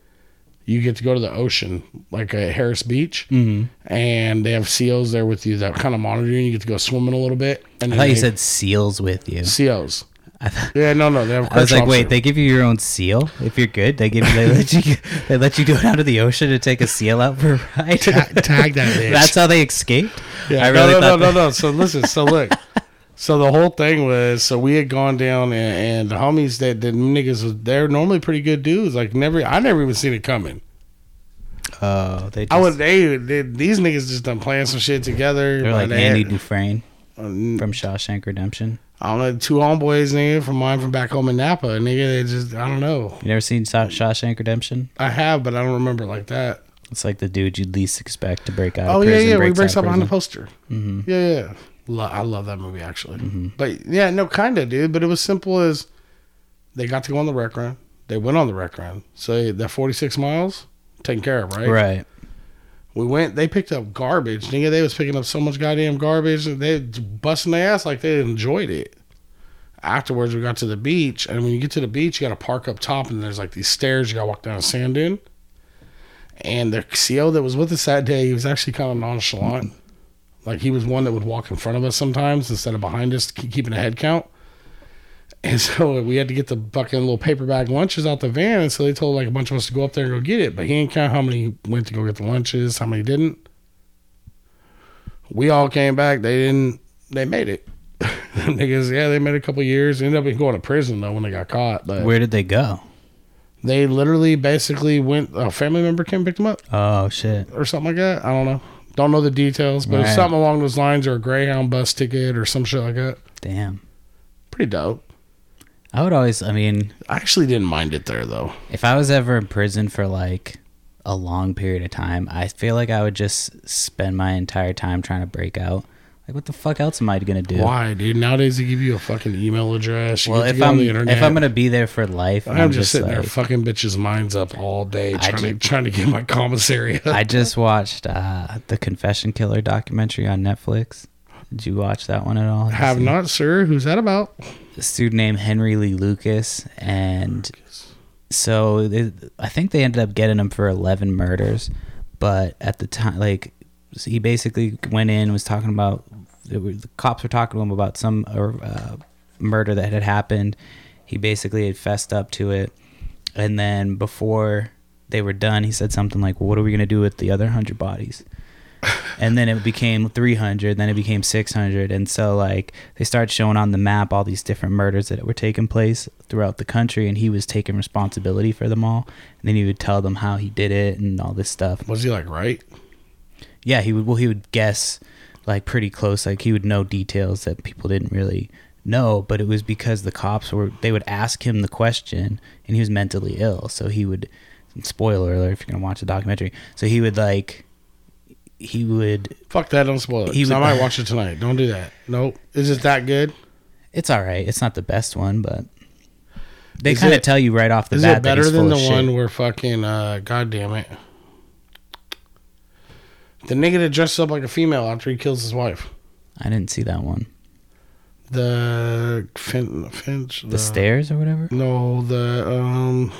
S2: you get to go to the ocean, like a Harris Beach
S1: Mm-hmm.
S2: and they have COs there with you that kind of monitor you. And you get to go swimming a little bit. And
S1: I thought
S2: then
S1: you
S2: they-
S1: said seals with you.
S2: COs.
S1: I thought.
S2: Yeah, no, no. They have
S1: I was
S2: correctional
S1: like, wait,
S2: officer.
S1: they give you your own seal if you're good. They give they let you they let you go down to the ocean to take a seal out for a ride.
S2: Ta- tag that bitch.
S1: That's how they escaped.
S2: yeah,
S1: I really
S2: no, no,
S1: thought
S2: no, no, no. So listen, so look. So the whole thing was, so we had gone down, and, and the homies that the niggas was, they're normally pretty good dudes. Like never, I never even seen it coming.
S1: that- Oh, they just,
S2: I was they, they these niggas just done playing some shit together.
S1: they're like
S2: but they
S1: Andy
S2: had-
S1: Dufresne
S2: um,
S1: from Shawshank Redemption.
S2: I don't know, two homeboys nigga from mine from back home in Napa. Nigga, they just I don't know.
S1: You never seen Shaw- Shawshank Redemption?
S2: I have, but I don't remember it like that.
S1: It's like the dude you'd least expect to break out.
S2: Oh
S1: of prison,
S2: yeah, yeah, we
S1: breaks
S2: breaks
S1: out
S2: up
S1: of
S2: behind the
S1: prison. Mm-hmm,
S2: poster. Yeah, yeah. Lo- I love that movie actually. But yeah, no, kinda, dude. But it was simple as they got to go on the rec run. They went on the rec run. So that forty six miles taken care of, right?
S1: Right.
S2: We went. They picked up garbage. Nigga, they was picking up so much goddamn garbage. and They busting their ass like they enjoyed it. Afterwards, we got to the beach, and when you get to the beach, you got to park up top, and there's like these stairs. You got to walk down a sand dune. And the CO that was with us that day, he was actually kind of nonchalant. Like he was one that would walk in front of us sometimes instead of behind us, keep- keeping a head count. And so we had to get the fucking little paper bag lunches out the van. And so they told like a bunch of us to go up there and go get it. But he didn't count how many went to go get the lunches, how many didn't. We all came back. They didn't. They made it. Them niggas, yeah, they made a couple years. Ended up going to prison though when they got caught. But
S1: Where did they go?
S2: they literally basically went. A family member came and picked them up
S1: Oh shit!
S2: or something like that. I don't know. Don't know the details, but it's
S1: Right.
S2: something along those lines, or a Greyhound bus ticket, or some shit like that.
S1: Damn.
S2: Pretty dope.
S1: I would always. I mean,
S2: I actually didn't mind it there though.
S1: if I was ever in prison for like a long period of time, I feel like I would just spend my entire time trying to break out. Like, what the fuck else am I gonna do?
S2: Why, dude? Nowadays they give you a fucking email address. You
S1: Well,
S2: get to
S1: if
S2: go on
S1: I'm
S2: the internet.
S1: if I'm gonna be there for life,
S2: I'm, just, sitting there fucking bitches' minds up all day
S1: I
S2: trying to trying to get my commissary. up.
S1: I just watched uh, the Confession Killer documentary on Netflix. Did you watch that one at all? Have you
S2: Have
S1: seen it?
S2: not, sir. Who's that about?
S1: this dude named Henry Lee Lucas, and so they, I think they ended up getting him for eleven murders, but at the time, like he basically went in was talking about it was- the cops were talking to him about some uh, murder that had happened. He basically had fessed up to it, and then before they were done, he said something like, well, "What are we gonna do with the other hundred bodies?" and then it became 300 then it became 600 and so like they started showing on the map all these different murders that were taking place throughout the country and he was taking responsibility for them all and then he would tell them how he did it and all this stuff
S2: Was he like right?
S1: yeah he would well he would guess like pretty close like he would know details that people didn't really know but it was because the cops were they would ask him the question and he was mentally ill so he would spoiler alert if you're gonna watch the documentary so he would like he would
S2: Fuck that! Don't spoil it.
S1: He
S2: 'cause I
S1: would-
S2: might watch it tonight. Don't do that. Nope. Is it that good?
S1: it's all right. It's not the best one, but they
S2: Is
S1: kind of
S2: it-
S1: tell you right off the
S2: Is
S1: bat.
S2: it
S1: that
S2: better
S1: he's
S2: than
S1: full
S2: the
S1: of shit.
S2: one where fucking uh god damn it. The nigga that dresses up like a female after he kills his wife.
S1: I didn't see that one.
S2: The fin, Finch
S1: The stairs or whatever.
S2: No, the um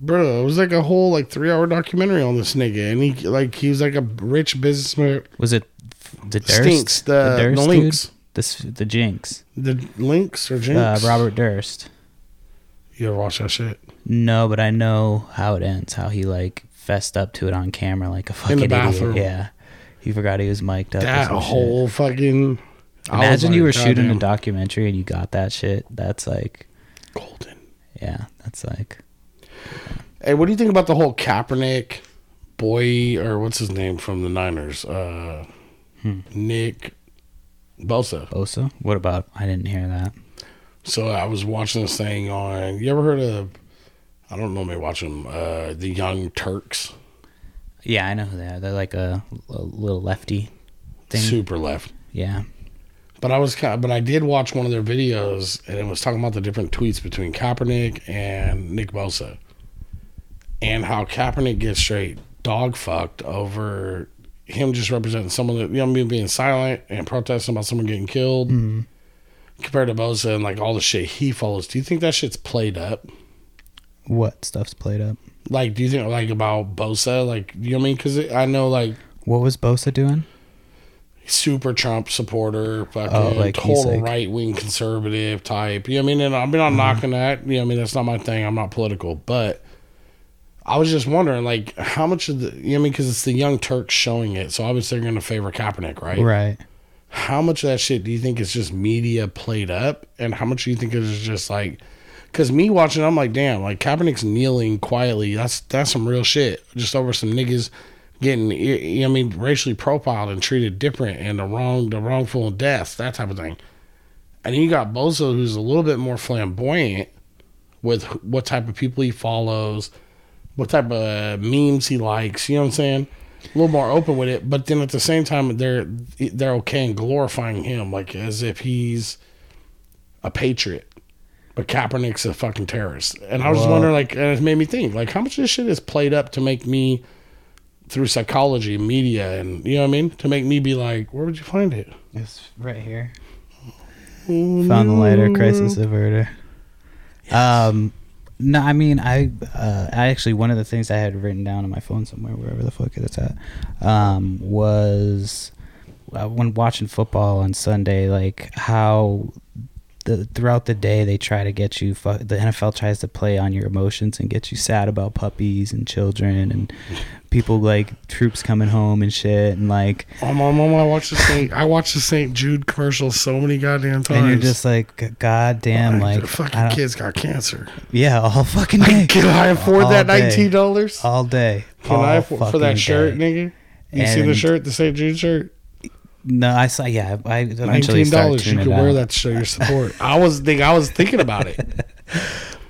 S2: Bro, it was like a whole like three hour documentary on this nigga and he like he was like a rich businessman
S1: Was it the Durst?
S2: stinks the, the,
S1: Durst dude?
S2: links.
S1: The s- the Jinx.
S2: The links or
S1: Uh,
S2: jinx.
S1: Robert Durst.
S2: You ever watch that shit?
S1: No, but I know how it ends. How he like fessed up to it on camera like a fucking
S2: bathroom.
S1: idiot. Yeah, he forgot he was mic'd up. or
S2: that
S1: some shit.
S2: whole fucking I was
S1: Imagine
S2: like,
S1: you were
S2: "God
S1: shooting
S2: damn,
S1: a documentary and you got that shit. That's like,
S2: golden.
S1: yeah, that's like.
S2: Hey, what do you think about the whole Kaepernick boy or what's his name from the Niners? Uh, Nick Bosa.
S1: Bosa? What about? I didn't hear that.
S2: So I was watching this thing on. You ever heard of? I don't normally watch them. Uh, the Young Turks,
S1: Yeah, I know who they are. They're like a, a little lefty thing.
S2: super left.
S1: Yeah.
S2: But I was kind but I did watch one of their videos, and it was talking about the different tweets between Kaepernick and Nick Bosa, and how Kaepernick gets straight dog fucked over him just representing someone that you know being- being silent and protesting about someone getting killed,
S1: Hmm.
S2: compared to Bosa and like all the shit he follows. Do you think that shit's played up?
S1: What stuff's played up?
S2: Like, do you think like about Bosa? Like, you know what I mean? Because I know like
S1: What was Bosa doing?
S2: super Trump supporter, fucking
S1: Oh, like, he's
S2: total
S1: like- Mm-hmm.
S2: right wing conservative type. You know what I mean? And I'm not knocking that. You know what I mean? That's not my thing. I'm not political. But I was just wondering, like, how much of the, you know what I mean? Because it's the Young Turks showing it. So obviously they're going to favor Kaepernick, right?
S1: Right.
S2: How much of that shit do you think is just media played up? And how much do you think is just like, because me watching, I'm like, damn, like Kaepernick's kneeling quietly. That's that's some real shit. Just over some niggas getting, you you know what I mean, racially profiled and treated different and the wrong, the wrongful deaths, that type of thing. And then you got Bozo, who's a little bit more flamboyant with wh- what type of people he follows, what type of memes he likes. You know what I'm saying? A little more open with it, but then at the same time, they're they're okay in glorifying him like as if he's a patriot. But Kaepernick's a fucking terrorist. And I was just
S1: Well-
S2: wondering, like, and it made me think, like, how much of this shit is played up to make me through psychology, media, and you know what I mean, to make me be like, where would you find it?
S1: It's right here. Found the lighter, crisis averter. Um, no, I mean, I, uh, I actually one of the things I had written down on my phone somewhere, wherever the fuck it's at, um, was uh, when watching football on Sunday, like how the throughout the day they try to get you. Fu- the NFL tries to play on your emotions and get you sad about puppies and children and people like troops coming home and shit and like
S2: Oh, my mom, I watched the Saint. I watched the Saint Jude commercial so many goddamn times.
S1: and you're just like god damn
S2: Like,
S1: like
S2: the
S1: I
S2: fucking
S1: don't-
S2: kids got cancer.
S1: yeah all fucking day
S2: Can I afford
S1: All
S2: that
S1: day.
S2: nineteen dollars?
S1: all day
S2: Can
S1: all
S2: I afford for
S1: fucking
S2: that shirt,
S1: day.
S2: nigga? You see the
S1: And-
S2: shirt, the St. Jude shirt,
S1: no I saw yeah I- I eventually
S2: nineteen
S1: started
S2: dollars. You
S1: tuning
S2: could
S1: it
S2: wear
S1: out.
S2: that to show your support. I was think I was thinking about it.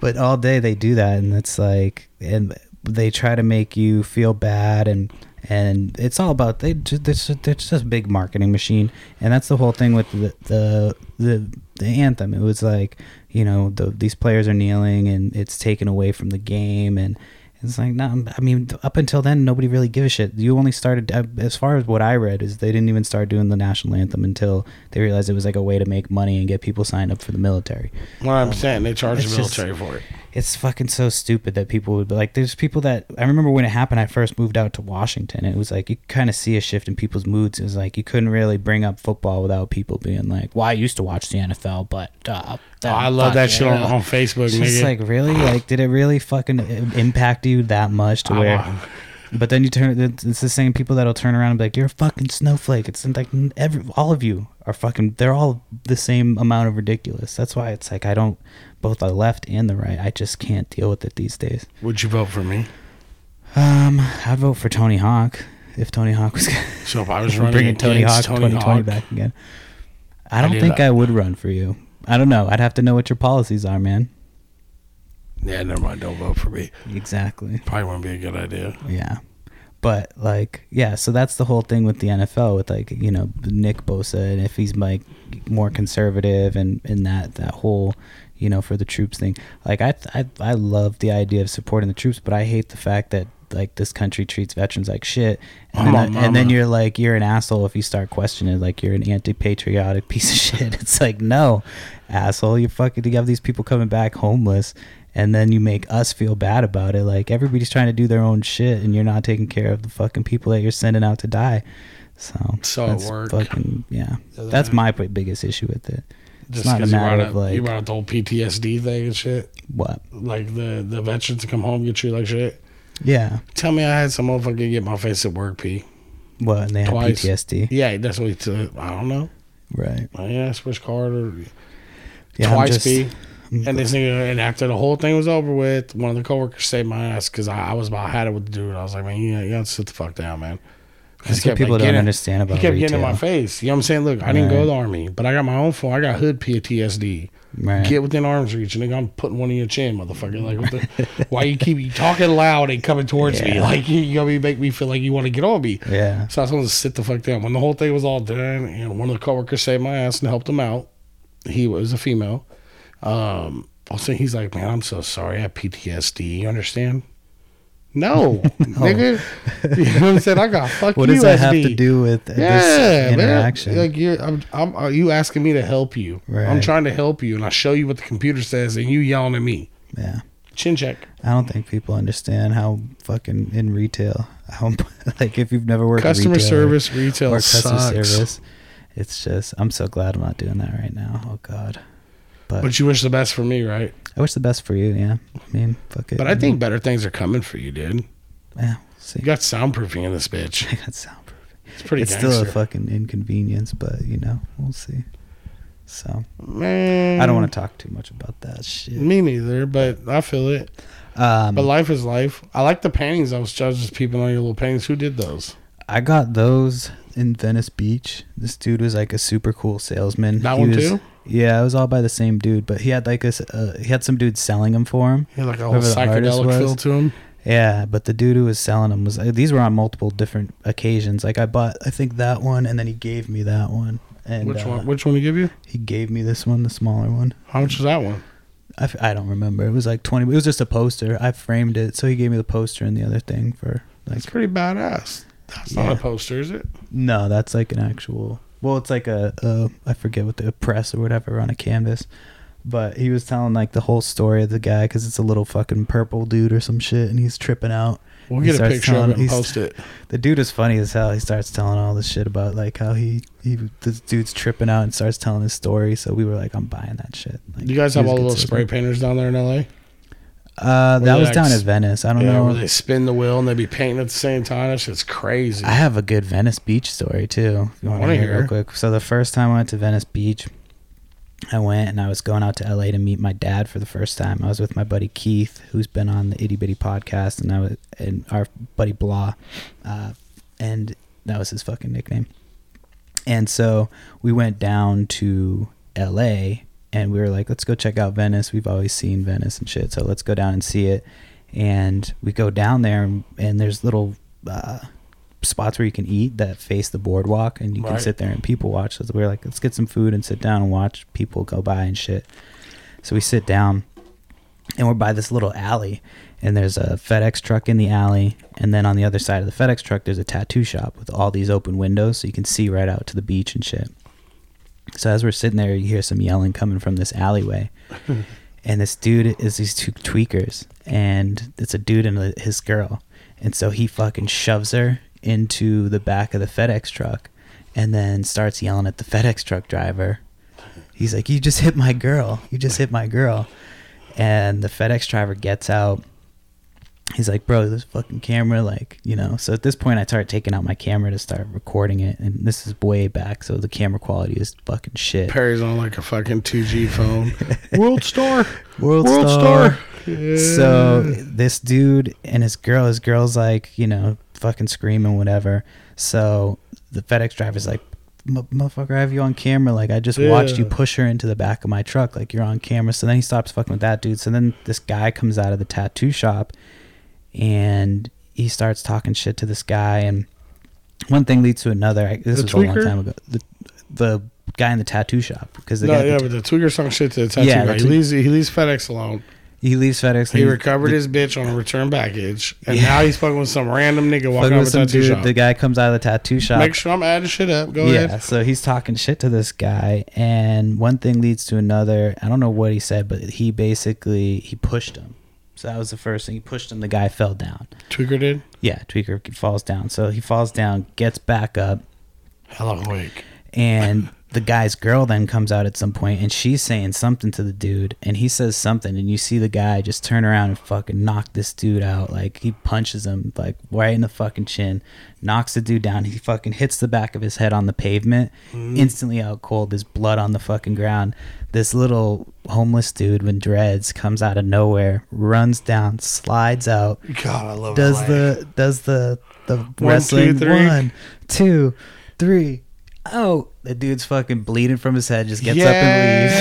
S1: but all day they do that and it's like and they try to make you feel bad and and it's all about they just it's just, it's just a big marketing machine and that's the whole thing with the the the, the anthem it was like you know the, these players are kneeling and it's taken away from the game and it's like no i mean up until then nobody really gave a shit you only started as far as what i read is they didn't even start doing the national anthem until they realized it was like a way to make money and get people signed up for the military
S2: One hundred percent. They charge
S1: It's
S2: the
S1: just-
S2: military for it.
S1: it's fucking so stupid that people would be like there's people that i remember when it happened i first moved out to washington it was like you kind of see a shift in people's moods it was like you couldn't really bring up football without people being like well i used to watch the nfl but uh,
S2: Oh, I
S1: fuck
S2: love that
S1: yeah."
S2: shit on, on Facebook,
S1: it's
S2: nigga.
S1: just like really like did it really fucking i- impact you that much to
S2: I
S1: where
S2: wa-
S1: but then you turn it's it's the same people that'll turn around and be like you're a fucking snowflake it's like every all of you are fucking they're all the same amount of ridiculous that's why it's like i don't both the left and the right i just can't deal with it these days
S2: Would you vote for me?
S1: um i'd vote for tony hawk if tony hawk was
S2: So if I was running
S1: bringing tony hawk
S2: against Tony
S1: 2020
S2: Hawk,
S1: back again i don't
S2: did
S1: think
S2: that.
S1: i would run for you i don't know i'd have to know what your policies are man
S2: yeah, never mind. Don't vote for me.
S1: exactly
S2: Probably wouldn't be a good idea.
S1: Yeah. But like, yeah, so that's the whole thing with the NFL with like, you know, Nick Bosa and if he's like more conservative and and that that whole, you know, for the troops thing. Like I I I love the idea of supporting the troops, but I hate the fact that like this country treats veterans like shit, and
S2: I'm
S1: then,
S2: a
S1: that- and then
S2: mama.
S1: you're like you're an asshole if you start questioning. it. Like you're an anti-patriotic piece of shit. It's like no, asshole, you fucking you have these people coming back homeless, and then you make us feel bad about it. Like everybody's trying to do their own shit, and you're not taking care of the fucking people that you're sending out to die. So,
S2: So it work. Uh,
S1: fucking yeah.
S2: Doesn't
S1: That's
S2: it?
S1: my p- biggest issue with it.
S2: Just
S1: not a
S2: because you
S1: matter
S2: brought
S1: of,
S2: up
S1: like-
S2: you brought up the whole PTSD thing and shit.
S1: What?
S2: Like the the veterans come home get treated like shit.
S1: Yeah.
S2: Tell me, I had some motherfucker get my face at work pee.
S1: What? And they have
S2: Twice.
S1: PTSD.
S2: Yeah, that's what he took. I don't know.
S1: Right.
S2: Yeah, I switched card or
S1: Yeah, I'm
S2: twice
S1: just-
S2: pee.
S1: I'm-
S2: And this nigga, and after the whole thing was over with, one of the coworkers saved my ass because I, I was about had it with the dude. I was like, man, you, you gotta sit the fuck down, man.
S1: That's
S2: 'Cause he
S1: what
S2: kept,
S1: people
S2: like,
S1: don't
S2: getting-
S1: understand about
S2: He kept getting in
S1: retail.
S2: my face. You know what I'm saying? Look, I didn't go
S1: Right.
S2: to the army, but I got my own phone. I got hood PTSD.
S1: Right.
S2: Get within arm's reach, and nigga, I'm putting one in your chin, motherfucker. Like, what the, why you keep you talking loud and coming towards me?
S1: Yeah.
S2: Like, you, you know, you make me feel like you want to get on me.
S1: yeah.
S2: So I was going to sit the fuck down. When the whole thing was all done, and one of the coworkers saved my ass and helped him out. He was a female. Um, I was saying, he's like, man, I'm so sorry. I have PTSD. You understand? No, nigga. You know what I'm saying? I got fuck
S1: What
S2: you,
S1: does that have
S2: SD.
S1: to do with uh,
S2: Yeah,
S1: this
S2: man.
S1: interaction?
S2: Like you're, I'm, I'm, are you asking me to help you? I'm
S1: Right.
S2: trying to help you, and I show you what the computer says, and you yelling at me.
S1: yeah.
S2: Chin check.
S1: I don't think people understand how fucking in retail, how like if you've never worked
S2: Customer
S1: retail
S2: service retail
S1: or customer
S2: sucks.
S1: service, it's just I'm so glad I'm not doing that right now. Oh God, but,
S2: But you wish the best for me, right?
S1: I wish the best for you. Yeah, I mean, fuck it.
S2: But I think better things are coming for you, dude.
S1: yeah, see,
S2: You got soundproofing in this bitch.
S1: I got soundproof.
S2: It's pretty
S1: It's
S2: gangster.
S1: still a fucking inconvenience, but you know, we'll see. So
S2: Man,
S1: I don't want to talk too much about that shit.
S2: Mm. Me neither, but I feel it.
S1: Um,
S2: But life is life. I like the paintings. I was judging people on your little paintings. Who did those?
S1: I got those in Venice Beach. This dude was like a super cool salesman.
S2: That
S1: He
S2: one
S1: was-
S2: too?
S1: Yeah, it was all by the same dude, but he had like this. Uh, he had some dude selling them for him.
S2: He had like a whole
S1: Whoever the artist
S2: psychedelic
S1: was.
S2: feel to him.
S1: Yeah, but the dude who was selling them was uh, these were on multiple different occasions. Like I bought, I think that one, and then he gave me that one, and
S2: which
S1: uh,
S2: one? Which one to give you?
S1: he gave me this one, the smaller one.
S2: How much is that one?
S1: I, f- I don't remember. It was like twenty. It was just a poster. I framed it, so he gave me the poster and the other thing for
S2: That's pretty badass. That's not a poster, is it?
S1: No, that's like an actual. Well, it's like a, a I forget what the press or whatever on a canvas, but he was telling like the whole story of the guy because it's a little fucking purple dude or some shit, and he's tripping out.
S2: We'll
S1: He
S2: get a
S1: starts
S2: picture of
S1: telling-
S2: it and
S1: he's-
S2: post it.
S1: The dude is funny as hell. He starts telling all this shit about like how he he this dude's tripping out and starts telling his story. So we were like, I'm buying that shit. Like,
S2: You guys
S1: he
S2: have
S1: was
S2: all the little
S1: consistent.
S2: spray painters down there in LA?
S1: Uh, that
S2: Where
S1: was
S2: they
S1: down
S2: like
S1: at Venice. I don't
S2: Yeah,
S1: know.
S2: where they spin the wheel and they be painting at the same time. That shit's crazy.
S1: I have a good Venice Beach story too. If you want to
S2: Wanna
S1: hear it real
S2: hear.
S1: quick? So the first time I went to Venice Beach, I went and I was going out to LA to meet my dad for the first time. I was with my buddy Keith, who's been on the Itty Bitty podcast, and I was and our buddy Blah, uh, and that was his fucking nickname. And so we went down to LA and we were like, let's go check out Venice. We've always seen Venice and shit, so let's go down and see it. And we go down there, and, and there's little uh, spots where you can eat that face the boardwalk, and you can
S2: Right.
S1: sit there and people watch. So we were like, let's get some food and sit down and watch people go by and shit. So we sit down, and we're by this little alley, and there's a FedEx truck in the alley, and then on the other side of the FedEx truck, there's a tattoo shop with all these open windows, so you can see right out to the beach and shit. So as we're sitting there, you hear some yelling coming from this alleyway. and this dude is these two tweakers, and it's a dude and a- his girl. And so he fucking shoves her into the back of the FedEx truck and then starts yelling at the FedEx truck driver. He's like, You just hit my girl. You just hit my girl. And the FedEx driver gets out. He's like, Bro, this fucking camera, like, you know. So at this point, I start taking out my camera to start recording it. And this is way back. So the camera quality is fucking shit.
S2: Perry's on like a fucking 2G phone. World star.
S1: World, star.
S2: Yeah.
S1: So this dude and his girl, his girl's like, you know, fucking screaming, whatever. So the FedEx driver's like, "M- motherfucker, I have you on camera. Like, I just watched you
S2: Yeah.
S1: push her into the back of my truck. Like, you're on camera. So then he stops fucking with that dude. So then this guy comes out of the tattoo shop and he starts talking shit to this guy. And one thing leads to another. I, this
S2: The
S1: was a long
S2: tweaker?
S1: time ago. The, the guy in the tattoo shop. Because the
S2: No,
S1: guy,
S2: yeah, but the Tweaker song shit to the tattoo
S1: Yeah,
S2: guy.
S1: the
S2: He
S1: twe-
S2: leaves, he leaves FedEx alone.
S1: he leaves FedEx.
S2: He
S1: and
S2: recovered his bitch on a return package, and
S1: Yeah.
S2: now he's fucking with some random nigga
S1: fucking
S2: walking out
S1: with
S2: of a
S1: some
S2: tattoo
S1: dude.
S2: shop.
S1: The guy comes out of the tattoo shop.
S2: Make sure I'm adding shit up. Go
S1: yeah,
S2: ahead.
S1: so he's talking shit to this guy, and one thing leads to another. I don't know what he said, but he basically he pushed him. So that was the first thing. He pushed him. The guy fell down.
S2: Tweaker did.
S1: Yeah, Tweaker falls down. So he falls down, gets back up,
S2: Hella awake.
S1: and the guy's girl then comes out at some point, and she's saying something to the dude, and he says something, and you see the guy just turn around and fucking knock this dude out. Like he punches him like right in the fucking chin, knocks the dude down. He fucking hits the back of his head on the pavement, instantly out cold. There's blood on the fucking ground. This little homeless dude with dreads comes out of nowhere, runs down, slides out,
S2: God, I love
S1: does
S2: LA.
S1: the does the the
S2: two,
S1: wrestling
S2: three.
S1: one two three oh the dude's fucking bleeding from his head just gets up and leaves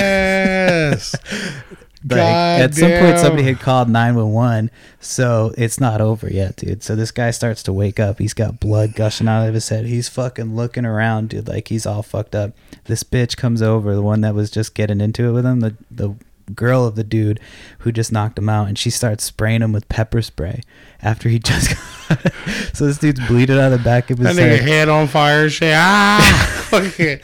S2: yes.
S1: like at some point
S2: Goddamn.
S1: somebody had called 911 so it's not over yet dude so this guy starts to wake up he's got blood gushing out of his head he's fucking looking around dude like he's all fucked up this bitch comes over the one that was just getting into it with him the the girl of the dude who just knocked him out and she starts spraying him with pepper spray after he just got so this dude's bleeding out of the back of his
S2: That nigga
S1: head
S2: head on fire and shit. Ah, fucking.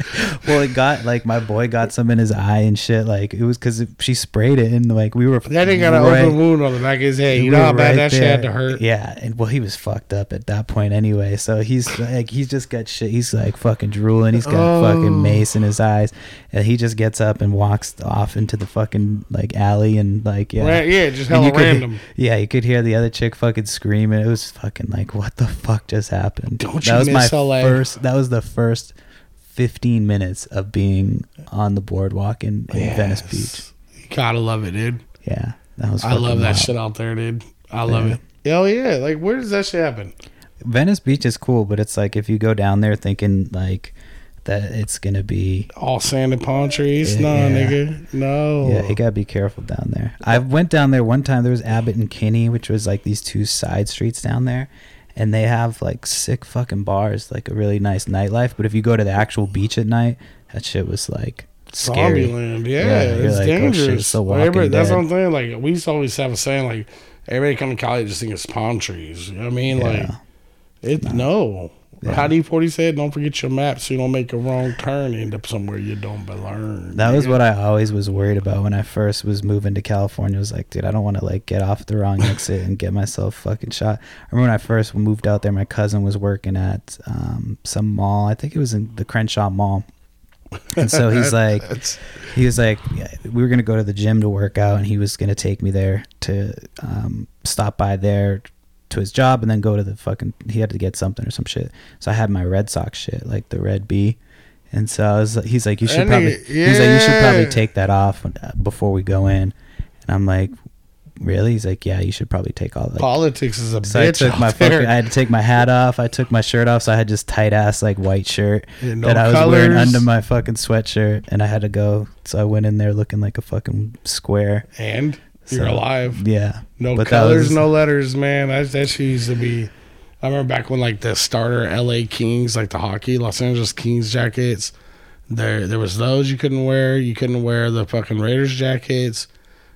S1: well it got like my boy got some in his eye and shit like it was because she sprayed it and like we were
S2: That nigga got an
S1: right-
S2: open wound on the back of his head. You
S1: We
S2: know how
S1: were
S2: bad
S1: right
S2: that shit had to
S1: there.
S2: hurt.
S1: Yeah, and well, he was fucked up at that point anyway. So he's like, he's just got shit. He's like fucking drooling. He's got
S2: Oh.
S1: fucking mace in his eyes, and he just gets up and walks off into the fucking like alley and like yeah.
S2: Yeah, yeah
S1: And
S2: just hella
S1: you could-
S2: random.
S1: yeah, you could hear the other chick fucking screaming. It was fucking like, what the fuck just happened?
S2: Don't
S1: that
S2: you
S1: was
S2: miss
S1: my
S2: LA?
S1: first. That was the first fifteen minutes of being on the boardwalk in, in Venice Beach.
S2: Yes. Gotta love it, dude.
S1: Yeah, that was.
S2: I love
S1: fucking
S2: that
S1: wild.
S2: shit out there, dude. I love
S1: Yeah.
S2: it. Hell yeah. Like, where does that shit happen?
S1: Venice Beach is cool, but it's like if you go down there thinking like that it's gonna be
S2: All sand and palm trees?
S1: Yeah,
S2: no,
S1: yeah.
S2: nigga. No.
S1: yeah, you gotta be careful down there. I went down there one time. There was Abbott and Kinney, which was like these two side streets down there, and they have like sick fucking bars, like a really nice nightlife. But if you go to the actual beach at night, that shit was like scary.
S2: Zombieland. Yeah,
S1: Yeah, you're
S2: it's
S1: like, oh, shit,
S2: dangerous.
S1: it's The
S2: Like,
S1: Walking
S2: everybody- that's
S1: Dead.
S2: what I'm saying. Like, we used to always have a saying, like, everybody come to college just think it's palm trees. You know what I mean?
S1: Yeah.
S2: Like, It no. How do you forty said? Don't forget your map, so you don't make a wrong turn, end up somewhere you don't belong.
S1: That was what I always was worried about when I first was moving to California. I was like, dude, I don't want to like get off the wrong exit and get myself fucking shot. I remember when I first moved out there, my cousin was working at um, some mall. I think it was in the Crenshaw Mall. And so he's like,
S2: That's-
S1: he was like, yeah, we were gonna go to the gym to work out, and he was gonna take me there to um, stop by there to his job, and then go to the fucking. He had to get something or some shit. So I had my Red Sox shit, like the red B, and so I was. He's like, you should
S2: And
S1: probably.
S2: he-
S1: He's like, you should probably
S2: yeah.
S1: take that off uh, before we go in, and I'm like, really? He's like, yeah, you should probably take all that.
S2: Politics is a
S1: So I
S2: bitch.
S1: took
S2: out
S1: my
S2: there.
S1: fucking, I had to take my hat off. I took my shirt off, so I had just tight ass like white shirt
S2: Yeah, no
S1: that I was wearing
S2: colors.
S1: under my fucking sweatshirt, and I had to go. So I went in there looking like a fucking square.
S2: and you're
S1: So,
S2: alive.
S1: Yeah,
S2: No
S1: But that
S2: colors,
S1: was-
S2: no letters, man. That that shit used to be. I remember back when like the starter LA Kings, like the hockey Los Angeles Kings jackets. There, there was those you couldn't wear. You couldn't wear the fucking Raiders jackets.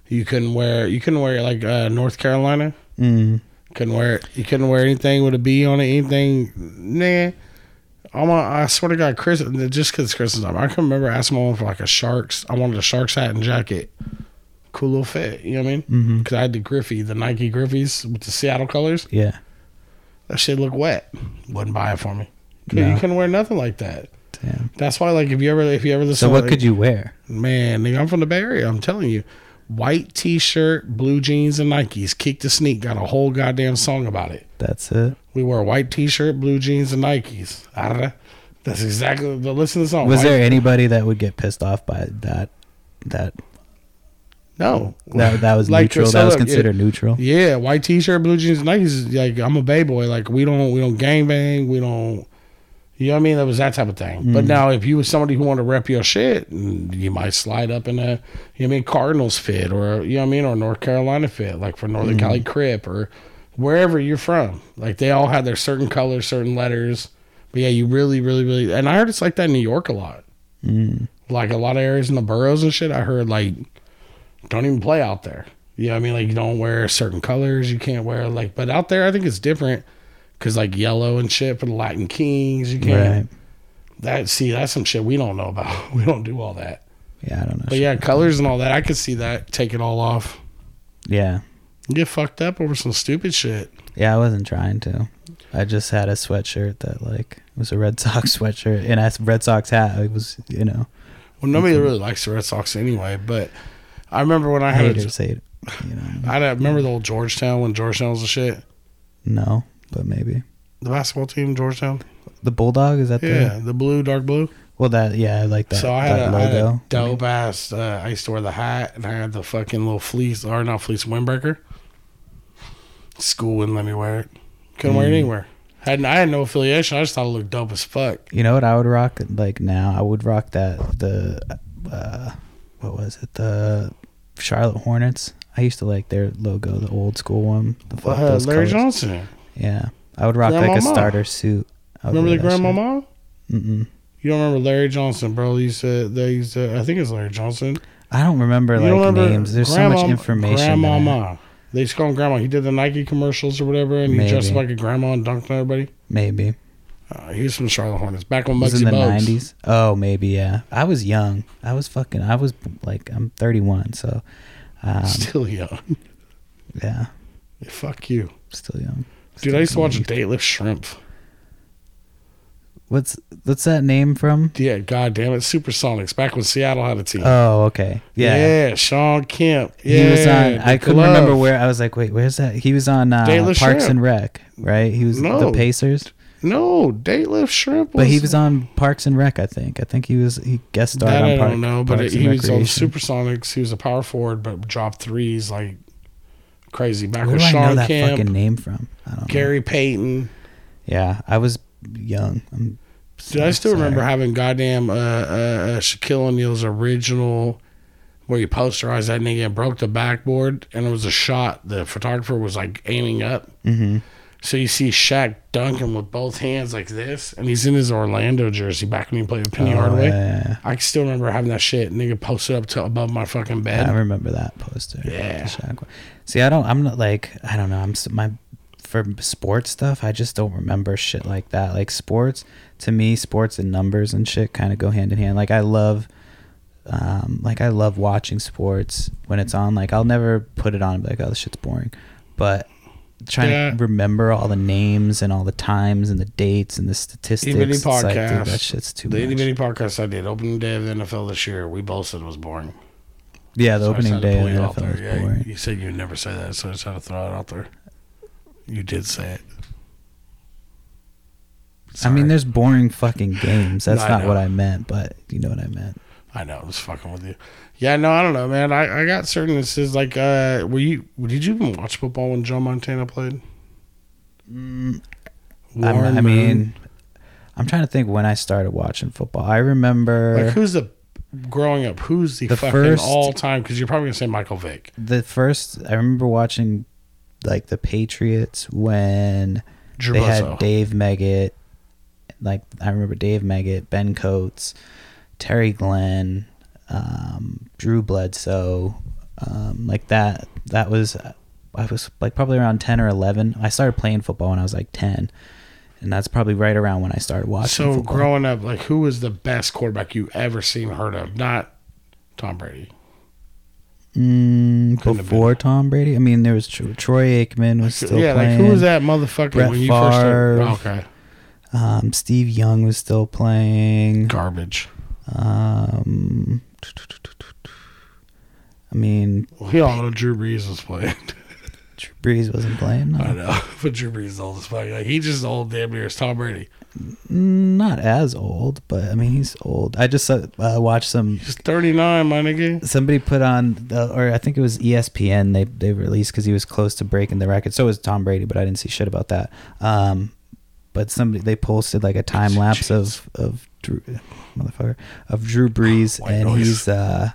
S2: You couldn't wear. You couldn't wear like uh, North Carolina.
S1: Mm.
S2: Couldn't wear. You couldn't wear anything with a B on it. Anything, nah. I'm a, I swear to God, Chris. Just because Christmas time, I can remember asking my mom for like a sharks. I wanted a sharks hat and jacket. Cool little fit. You know what I mean?
S1: Mhm.
S2: Because I had the Griffey, the Nike Griffies with the Seattle colors.
S1: Yeah,
S2: That shit looked wet. Wouldn't buy it for me. 'Cause
S1: No.
S2: You couldn't wear nothing like that.
S1: damn.
S2: That's why, like, if you ever, if you ever listen,
S1: So what
S2: like,
S1: could you wear?
S2: man, nigga, I'm from the Bay Area. I'm telling you, white T-shirt, blue jeans, and Nikes. Kick the sneak. Got a whole goddamn song about it.
S1: That's it.
S2: We wore white T-shirt, blue jeans, and Nikes. Arra. That's exactly. But listen to the song.
S1: Was
S2: White-
S1: there anybody that would get pissed off by that? That
S2: no?
S1: that that was
S2: Like,
S1: neutral.
S2: so
S1: That was
S2: look, yeah.
S1: considered neutral.
S2: Yeah, white T-shirt, blue jeans, Nikes. Like I'm a bay boy. Like we don't we don't gangbang. We don't. You know what I mean? That was that type of thing.
S1: Mm.
S2: But now, if you was somebody who wanted to rep your shit, mm, you might slide up in a, you know what I mean, Cardinals fit or, you know what I mean, or North Carolina fit, like for Northern
S1: Mm.
S2: Cali Crip or wherever you're from. Like they all had their certain colors, certain letters. But yeah, you really, really, really. And I heard it's like that in New York a lot.
S1: Mm.
S2: Like a lot of areas in the boroughs and shit, I heard like, don't even play out there. You know what I mean? Like you don't wear certain colors. You can't wear like, but out there, I think it's different because like yellow and shit for the Latin Kings, you can't.
S1: Right.
S2: That see, that's some shit we don't know about. We don't do all that.
S1: Yeah, I don't know.
S2: But yeah, colors and all that, I could see that. Take it all off.
S1: yeah.
S2: You get fucked up over some stupid shit.
S1: Yeah, I wasn't trying to. I just had a sweatshirt that like was a Red Sox sweatshirt and a Red Sox hat. It was you know
S2: Well, nobody
S1: Mm-hmm.
S2: really likes the Red Sox anyway. But I remember when I had, a,
S1: haters hate. You know,
S2: I had a- remember the old Georgetown when Georgetown was a shit.
S1: no, but maybe
S2: The basketball team, Georgetown.
S1: the bulldog is that
S2: Yeah,
S1: the
S2: the blue, dark blue.
S1: well that yeah I like that,
S2: so I had,
S1: that
S2: a, I had a
S1: logo.
S2: dope ass. Uh, I used to wear the hat, and I had the fucking little fleece, or not fleece, windbreaker. School wouldn't let me wear it. Couldn't wear it
S1: Mm.
S2: anywhere. Had I had no affiliation. I just thought it looked dope as fuck.
S1: You know what I would rock like now? I would rock that the uh, what was it the Charlotte Hornets. I used to like their logo, the old school one. The fuck,
S2: Uh,
S1: those
S2: Larry
S1: colors.
S2: Johnson.
S1: Yeah, I would rock like a
S2: Grandmama.
S1: starter suit. I would
S2: Remember the
S1: wear that shit.
S2: grandmama?
S1: Mm-mm.
S2: You don't remember Larry Johnson, bro? They used to. They used to. I think it's Larry Johnson.
S1: I don't remember
S2: You
S1: like
S2: don't remember
S1: names. There's so much
S2: Grandma-
S1: information. that I-
S2: Grandmama. They just call him Grandma. He did the Nike commercials or whatever, and
S1: Maybe.
S2: he dressed up like a grandma and dunked on everybody.
S1: Maybe it
S2: Uh, he was from Charlotte Hornets. Back when
S1: was in
S2: Muggsy
S1: the
S2: Bogues.
S1: '90s. Oh, maybe yeah. I was young. I was fucking. I was like I'm 31, so um,
S2: Still young.
S1: yeah,
S2: Fuck you.
S1: still young.
S2: Dude,
S1: Still
S2: I used to
S1: young.
S2: watch Dateless Shrimp.
S1: What's what's that name from?
S2: Yeah, god damn it, Supersonics. Back when Seattle had a team.
S1: Oh, okay. Yeah.
S2: yeah, Sean Kemp. Yeah,
S1: He was on. I
S2: the
S1: couldn't
S2: glove.
S1: remember where. I was like, "Wait, where's that?" He was on uh,
S2: Dateless
S1: Parks
S2: Shrimp.
S1: and Rec, right? He was the
S2: No.
S1: Pacers,
S2: No, Dateless Shrimp.
S1: but
S2: Was,
S1: he was on Parks and Rec. I think. I think he was. He guest starred
S2: That
S1: on
S2: I
S1: Park,
S2: don't know, but
S1: Parks
S2: he
S1: and
S2: was on
S1: Recreation.
S2: Supersonics. He was a power forward, but dropped threes like crazy. Back
S1: Where
S2: with
S1: do I know
S2: Sean
S1: that
S2: Kemp,
S1: fucking name from? I don't know.
S2: Gary Payton.
S1: Yeah, I was young. I'm
S2: Dude, I still
S1: sorry.
S2: remember having goddamn uh, uh, uh, Shaquille O'Neal's original, where he posterized that nigga and broke the backboard, and it was a shot. The photographer was like aiming up.
S1: Mhm.
S2: So you see Shaq dunking with both hands like this, and he's in his Orlando jersey back when he played with Penny
S1: Oh,
S2: Hardaway.
S1: yeah.
S2: I can still remember having that shit. Nigga posted up to above my fucking bed.
S1: I remember that poster.
S2: Yeah.
S1: The Shaq one. See, I don't. I'm not like. I don't know. I'm s- my for sports stuff, I just don't remember shit like that. Like sports, to me, sports and numbers and shit kind of go hand in hand. Like I love, um, like I love watching sports when it's on. Like I'll never put it on and be like, oh, this shit's boring. But trying
S2: Yeah.
S1: to remember all the names and all the times and the dates and the statistics,
S2: Itty bitty
S1: it's like, dude,
S2: podcast.
S1: that shit's too
S2: The itty
S1: much.
S2: bitty podcast I did, opening day of the NFL this year, we both said it was boring.
S1: yeah, the
S2: So I just
S1: opening
S2: had to
S1: day of
S2: pull
S1: the
S2: you out
S1: NFL was
S2: there. Yeah,
S1: boring.
S2: You said you'd never say that, so I just had to throw it out there. You did say it.
S1: I mean,
S2: Sorry.
S1: there's boring fucking games. That's
S2: No, I
S1: not
S2: know.
S1: what I meant, but you know what I meant.
S2: I know, I'm just fucking with you. Yeah, no, I don't know, man. I, I got certain instances like uh were you did you even watch football when Joe Montana played?
S1: I'm-
S2: Warren
S1: I
S2: Mm, Moon?
S1: mean, I'm trying to think when I started watching football. I remember
S2: like who's the growing up, who's the,
S1: uh, The
S2: fucking
S1: first-
S2: all time because you're probably gonna say Michael Vick.
S1: the first. I remember watching like the Patriots when they had
S2: Gerbozo.
S1: Dave Meggett. Like I remember Dave Meggett, Ben Coates, Terry Glenn, um, Drew Bledsoe, um, like that. That was I was like probably around ten or eleven. I started playing football when I was like ten, and that's probably right around when I started watching.
S2: So
S1: football.
S2: growing up, like who was the best quarterback you ever seen or heard of? Not Tom Brady.
S1: Mm,
S2: Couldn't have
S1: before Tom Brady, I mean, there was Tro- Troy Aikman was still
S2: yeah,
S1: playing.
S2: like who was that motherfucker
S1: Brett
S2: when you first started?
S1: Favre.
S2: Oh, okay.
S1: Um, Steve Young was still playing.
S2: Garbage.
S1: Um, I mean,
S2: We all know Drew Brees was playing.
S1: Drew Brees wasn't playing.
S2: I
S1: No.
S2: know. But Drew Brees is old as fuck. Like, he's just old damn near as Tom Brady.
S1: Mm, Not as old, but I mean, he's old. I just uh, uh, watched some.
S2: He's 39, my nigga.
S1: Somebody put on, the, or I think it was E ESPN. They they released because he was close to breaking the record. So was Tom Brady, but I didn't see shit about that. Um, but somebody they posted like a time lapse of of Drew, motherfucker, of Drew Brees,
S2: White
S1: and
S2: noise.
S1: he's uh,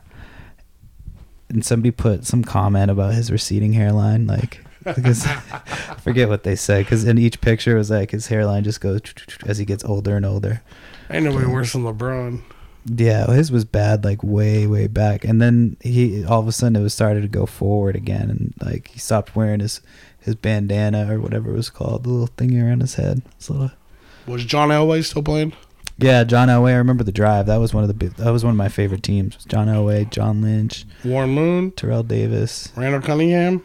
S1: and somebody put some comment about his receding hairline, like because I forget what they said, because in each picture it was like his hairline just goes as he gets older and older.
S2: Ain't nobody worse than LeBron.
S1: Yeah, his was bad, like way, way back, and then he all of a sudden it was started to go forward again, and like he stopped wearing his his bandana or whatever it was called, the little thingy around his head. It's a little-
S2: Was John Elway still playing?
S1: yeah, John Elway. I remember the drive. That was one of the big- that was one of my favorite teams. John Elway, John Lynch,
S2: Warren Moon?
S1: Terrell Davis.
S2: Randall Cunningham?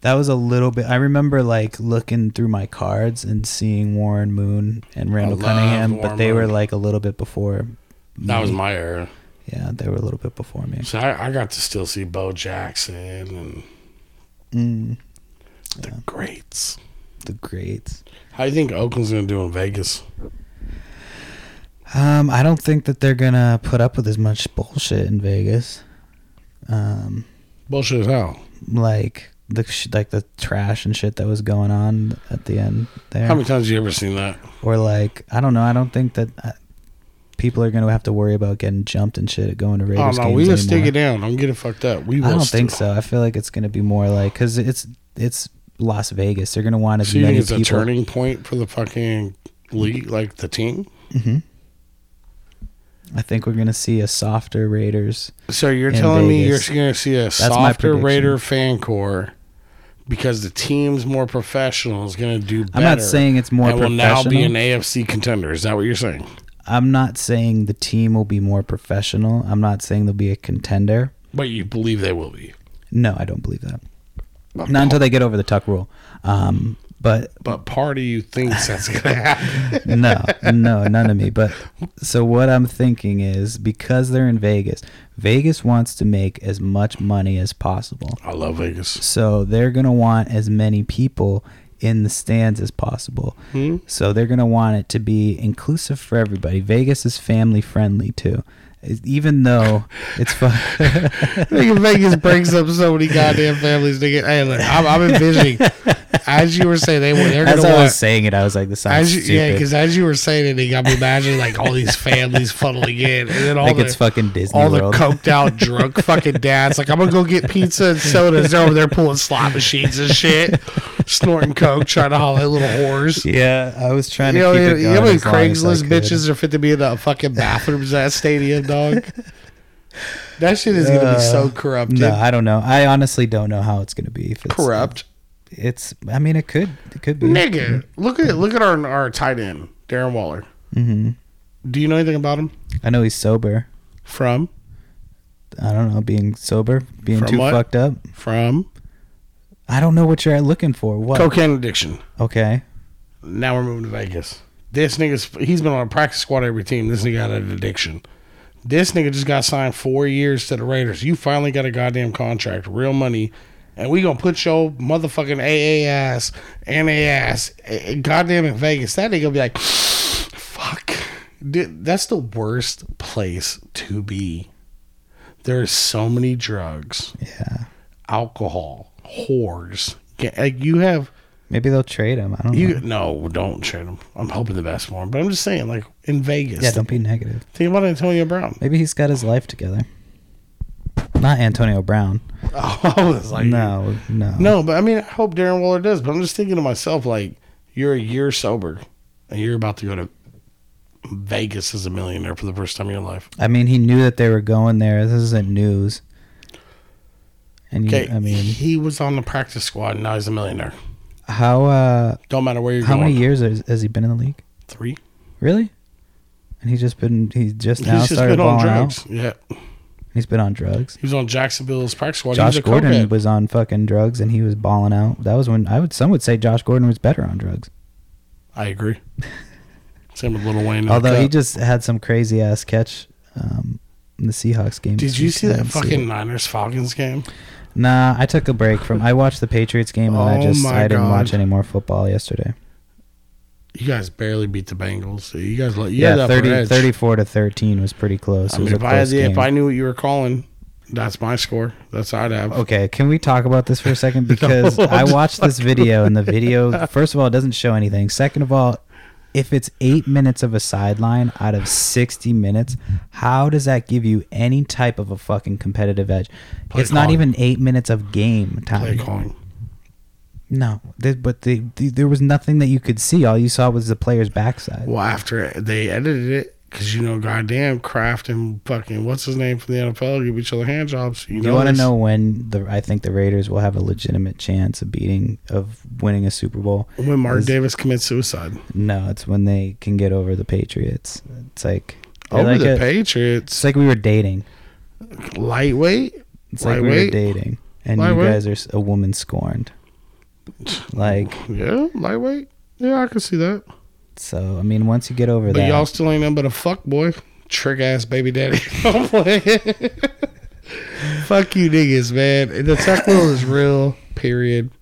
S1: That was a little bit. I remember like looking through my cards and seeing Warren Moon and Randall
S2: love
S1: Cunningham, but
S2: Warren
S1: they were
S2: Moon.
S1: like a little bit before.
S2: That was
S1: me.
S2: my era.
S1: yeah. They were a little bit before me.
S2: So I, I got to still see Bo Jackson and
S1: Mm,
S2: the greats.
S1: the greats.
S2: How you think Oakland's going to do in Vegas?
S1: Um, I don't think that they're gonna put up with as much bullshit in Vegas. Um,
S2: Bullshit as hell.
S1: like the sh- like the trash and shit that was going on at the end there,
S2: How many times you ever seen that?
S1: or like I don't know. I don't think that uh people are gonna have to worry about getting jumped and shit at going to Raiders
S2: oh, no,
S1: games
S2: we
S1: anymore.
S2: will stick it down. Don't get it fucked up. We will
S1: I don't
S2: still.
S1: think so. I feel like it's gonna be more like because it's it's Las Vegas. They're gonna want as
S2: So you
S1: many
S2: think it's a
S1: people.
S2: turning point for the fucking league, like the team?
S1: hmm I think we're gonna see a softer Raiders.
S2: So you're
S1: in
S2: telling
S1: Vegas.
S2: me you're going to see a
S1: my
S2: softer
S1: prediction.
S2: Raider fan core because the team's more professional is going to do better.
S1: I'm not saying it's more
S2: and will
S1: professional.
S2: now be an AFC contender. Is that what you're saying?
S1: I'm not saying the team will be more professional. I'm not saying they'll be a contender.
S2: But you believe they will be.
S1: No, I don't believe that. Not until they get over the tuck rule. Um, but
S2: But part of you thinks that's going to happen.
S1: no, no, none of me. But so what I'm thinking is because they're in Vegas, Vegas wants to make as much money as possible.
S2: I love Vegas.
S1: So they're going to want as many people in the stands as possible.
S2: Hmm?
S1: So they're going to want it to be inclusive for everybody. Vegas is family friendly too. Even though it's fun.
S2: Nigga, Vegas breaks up so many goddamn families. Nigga, hey, look, I'm, I'm envisioning as you were saying they were they're
S1: As
S2: gonna
S1: I
S2: want
S1: was saying it, I was like, "This sounds
S2: as you,
S1: stupid."
S2: yeah, because as you were saying it, I'm imagining like all these families funneling in, and then all
S1: like
S2: the
S1: it's fucking Disney
S2: all
S1: World.
S2: the coked out drunk fucking dads. Like, I'm gonna go get pizza and sodas. They're over there pulling slot machines and shit, snorting coke, trying to holler at little whores.
S1: yeah, I was trying
S2: You
S1: to
S2: know,
S1: keep it
S2: you,
S1: going
S2: you know how many
S1: as long as I
S2: Craigslist
S1: could.
S2: bitches are fit to be in the fucking bathrooms at that stadium, dog. That shit is gonna be so corrupted.
S1: Uh, No, I don't know. I honestly don't know how it's going to be. If it's,
S2: corrupt.
S1: It's. I mean, it could. It could be.
S2: Nigga, look at look at our our tight end, Darren Waller.
S1: hmm
S2: Do you know anything about him?
S1: I know he's sober.
S2: From
S1: I don't know. Being sober, being
S2: From
S1: too
S2: what?
S1: fucked up.
S2: from
S1: I don't know what you're looking for. What?
S2: cocaine addiction.
S1: Okay.
S2: Now we're moving to Vegas. This nigga's he's been on a practice squad every team. This nigga got an addiction. This nigga just got signed four years to the Raiders. You finally got a goddamn contract, real money, and we gonna put your motherfucking AA ass, NA ass, eh, eh, goddamn in Vegas. That nigga be like, fuck, Dude, that's the worst place to be. There is so many drugs,
S1: Yeah.
S2: alcohol, whores. Ga- Like you have
S1: Maybe they'll trade him. I don't know.
S2: you no, don't trade him. I'm hoping the best for him, but I'm just saying, like in Vegas,
S1: Yeah. Don't be negative.
S2: think about Antonio Brown.
S1: Maybe he's got his life together. Not Antonio Brown.
S2: Oh, I was like,
S1: No. No.
S2: no, but I mean, I hope Darren Waller does. But I'm just thinking to myself, like, you're a year sober, and you're about to go to Vegas as a millionaire for the first time in your life.
S1: I mean, he knew that they were going there. This isn't news. And you,
S2: Okay,
S1: I mean,
S2: he was on the practice squad, and now he's a millionaire.
S1: how uh,
S2: Don't matter where you're
S1: how
S2: going.
S1: many years has, has he been in the league?
S2: Three.
S1: Really? And he's just been he's just now
S2: he's just
S1: started
S2: been on
S1: balling
S2: drugs.
S1: out.
S2: Yeah,
S1: He's been on drugs.
S2: he was on Jacksonville's practice squad. he was
S1: Josh
S2: a
S1: Gordon
S2: cokehead.
S1: was on fucking drugs and he was balling out. That was when I would some would say Josh Gordon was better on drugs.
S2: I agree. Same with Little Wayne. in the
S1: Although he
S2: Cup.
S1: just had some crazy ass catch um, in the Seahawks game.
S2: Did
S1: this
S2: you
S1: week.
S2: see
S1: I
S2: that
S1: didn't see it.
S2: fucking Niners Falcons game?
S1: Nah, I took a break from. I watched the Patriots game and I
S2: Oh
S1: just
S2: my
S1: I didn't
S2: God.
S1: watch any more football yesterday.
S2: You guys barely beat the Bengals. You guys, let- you yeah,
S1: Yeah,
S2: had
S1: 30,
S2: thirty, thirty.
S1: 34 to thirteen was pretty close.
S2: I
S1: It was
S2: mean,
S1: a
S2: if I, had
S1: close
S2: the, if
S1: game.
S2: I knew what you were calling, that's my score. That's what I'd have.
S1: Okay, can we talk about this for a second? Because
S2: No,
S1: I
S2: just
S1: watched this video, and the video, first of all, it doesn't show anything. Second of all, if it's eight minutes of a sideline out of 60 minutes, how does that give you any type of a fucking competitive edge?
S2: Play
S1: it's not
S2: calling.
S1: even eight minutes of game
S2: Play
S1: time.
S2: calling.
S1: No, they, but they, they, there was nothing that you could see. All you saw was the player's backside.
S2: Well, after they edited it, because you know, goddamn, Kraft and fucking what's his name from the NFL give each other hand jobs. You,
S1: You want to
S2: this.
S1: know when the I think the Raiders will have a legitimate chance of beating of winning a Super Bowl?
S2: when Mark
S1: is-
S2: Davis commits suicide
S1: No, it's when they can get over the Patriots. It's like they're
S2: over
S1: like
S2: the
S1: a- It's
S2: Patriots?
S1: like we were dating.
S2: Lightweight.
S1: It's like we were
S2: Lightweight.
S1: dating, and you
S2: Lightweight.
S1: guys are s- a woman scorned. Like
S2: Yeah, lightweight. Yeah, I can see that.
S1: so, I mean, once you get over
S2: But
S1: that,
S2: y'all still ain't nothing but a fuck boy, trick ass baby daddy. I'm playing. fuck you niggas, man. The tech world is real. Period.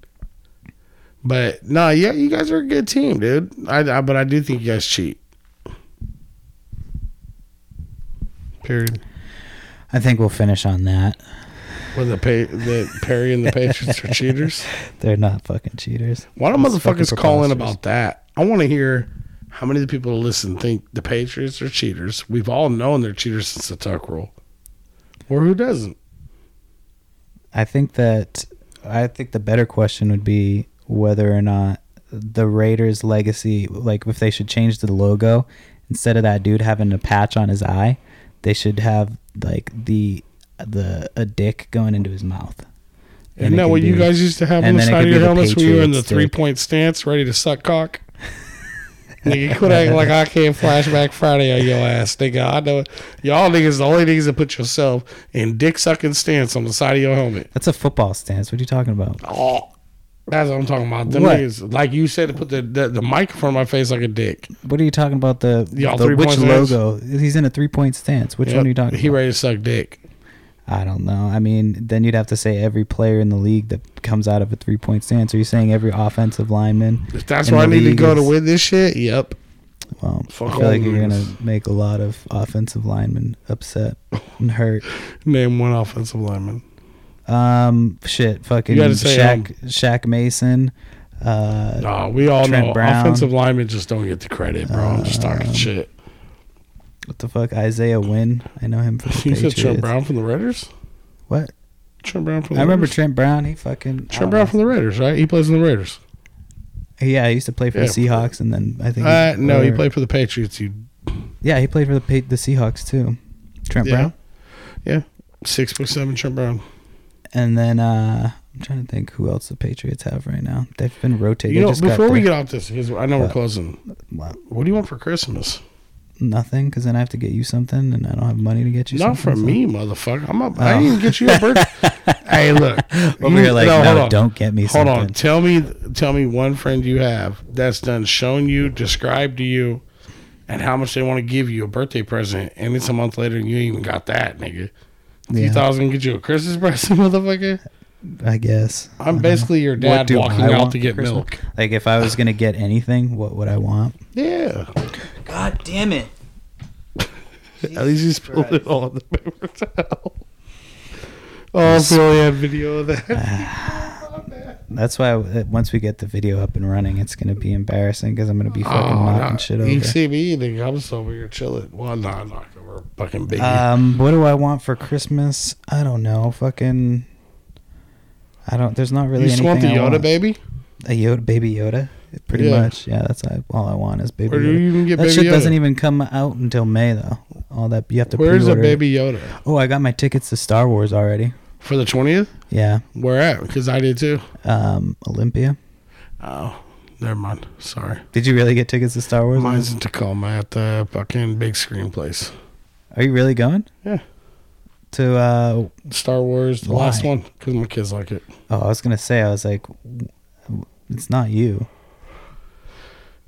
S2: But no, yeah, you guys are a good team, dude. I, I but I do think you guys cheat. Period.
S1: I think we'll finish on that.
S2: Well, the pay, the Perry and the Patriots are cheaters.
S1: They're not fucking cheaters.
S2: Why don't
S1: That's fucking
S2: motherfuckers call in
S1: preposterous.
S2: about that? I want to hear how many of the people who listen think the Patriots are cheaters. We've all known they're cheaters since the Tuck rule. Or who doesn't?
S1: I think that I think the better question would be whether or not the Raiders' legacy, like if they should change the logo instead of that dude having a patch on his eye, they should have like the the a dick going into his mouth. And
S2: Isn't
S1: it
S2: that
S1: could
S2: what you
S1: be-
S2: guys used to have on
S1: and
S2: the
S1: then it
S2: side
S1: could
S2: of
S1: be
S2: your
S1: the
S2: helmets when you were in the
S1: Patriots
S2: three point stance, ready to suck cock? Nigga, quit acting like I can't flashback Friday on your ass, nigga. I know it. Y'all niggas the only niggas that put yourself in dick sucking stance on the side of your helmet.
S1: That's a football stance. What are you talking about?
S2: Oh, that's what I'm talking about. Them
S1: What?
S2: niggas, like you said, to put the, the the mic in front of my face like a dick.
S1: What are you talking about? The,
S2: Yeah,
S1: the
S2: three-point
S1: which
S2: stance.
S1: logo? He's in a three point stance. Which one are you talking
S2: He
S1: about?
S2: ready to suck dick.
S1: I don't know. I mean, then you'd have to say every player in the league that comes out of a three point stance. Are you saying every offensive lineman?
S2: If that's
S1: in
S2: where I
S1: the
S2: need to
S1: league
S2: go to
S1: is-
S2: win this shit, yep.
S1: Well, I
S2: Fuck
S1: feel
S2: all
S1: like you're
S2: those.
S1: gonna make a lot of offensive linemen upset and hurt.
S2: Name one offensive lineman.
S1: Um, shit, fucking
S2: You gotta say, um,
S1: Shaq, Shaq Mason. Uh,
S2: Nah, we all
S1: Trent
S2: know
S1: Brown. Um,
S2: offensive linemen just don't get the credit, bro. I'm just talking shit.
S1: what the fuck, Isaiah Wynn? I know him from the
S2: You said
S1: Patriots.
S2: Trent Brown from the Raiders.
S1: What?
S2: Trent Brown from the
S1: I remember
S2: Raiders?
S1: Trent Brown. He fucking I don't
S2: Trent Brown from the Raiders, right? He plays in the Raiders.
S1: know. Yeah, he used to play for the
S2: Yeah.
S1: Seahawks, and then I think
S2: Uh, no, he
S1: or-
S2: played for the Patriots. You
S1: Yeah, he played for the pa- the Seahawks too. Trent
S2: Yeah.
S1: Brown.
S2: six foot seven Trent Brown.
S1: and then uh I'm trying to think who else the Patriots have right now. They've been rotating.
S2: you
S1: They
S2: know,
S1: just got Uh,
S2: before we
S1: their-
S2: get off this, because I know we're
S1: What?
S2: closing.
S1: Wow.
S2: What do you want for Christmas?
S1: nothing, because then I have to get you something, and I don't have money to get you.
S2: Not
S1: something,
S2: from
S1: so-
S2: me, motherfucker. I'm up. I didn't even get you a birthday. hey, look.
S1: Over
S2: You-
S1: here, like,
S2: hold
S1: no,
S2: on.
S1: don't get me.
S2: Hold
S1: something.
S2: on. Tell me, tell me one friend you have that's done shown you, described to you, and how much they want to give you a birthday present, and it's a month later and you ain't even got that, nigga. You
S1: Yeah.
S2: thought I was gonna get you a Christmas present, motherfucker?
S1: I guess.
S2: I'm basically your
S1: What
S2: dad
S1: do
S2: walking
S1: I
S2: out
S1: want
S2: to get
S1: for Christmas?
S2: milk.
S1: Like, if I was gonna get anything, what would I want?
S2: Yeah.
S1: God damn it!
S2: At least you spilled it all on the paper towel. Oh, so we have video of that.
S1: That's why uh, once we get the video up and running, it's gonna be embarrassing because I'm gonna be fucking
S2: Oh,
S1: knocking
S2: nah.
S1: shit
S2: You
S1: over.
S2: see me eating. I'm just over here chilling. Well, no, I knocked over a fucking biggie.
S1: Um, what do I want for Christmas? I don't know. Fucking. I don't. There's not really
S2: you just
S1: anything.
S2: want
S1: I
S2: the
S1: want.
S2: Yoda baby?
S1: A Yoda, baby Yoda, pretty
S2: Yeah.
S1: much. Yeah, that's uh, all I want is baby
S2: Where do
S1: Yoda.
S2: you even get
S1: that
S2: baby
S1: shit
S2: Yoda?
S1: doesn't even come out until May though. All that you have to.
S2: Where's the
S1: pre-order it.
S2: baby Yoda?
S1: Oh, I got my tickets to Star Wars already.
S2: For the 20th?
S1: Yeah,
S2: Where at? Because I did too.
S1: um, Olympia.
S2: Oh, never mind. Sorry.
S1: Did you really get tickets to Star Wars?
S2: Mine's in Tacoma at the fucking big screen place.
S1: Are you really going?
S2: Yeah.
S1: To uh,
S2: Star Wars, the last
S1: Why?
S2: one, because my kids like it.
S1: oh, I was gonna say, I was like, w- w- it's not you.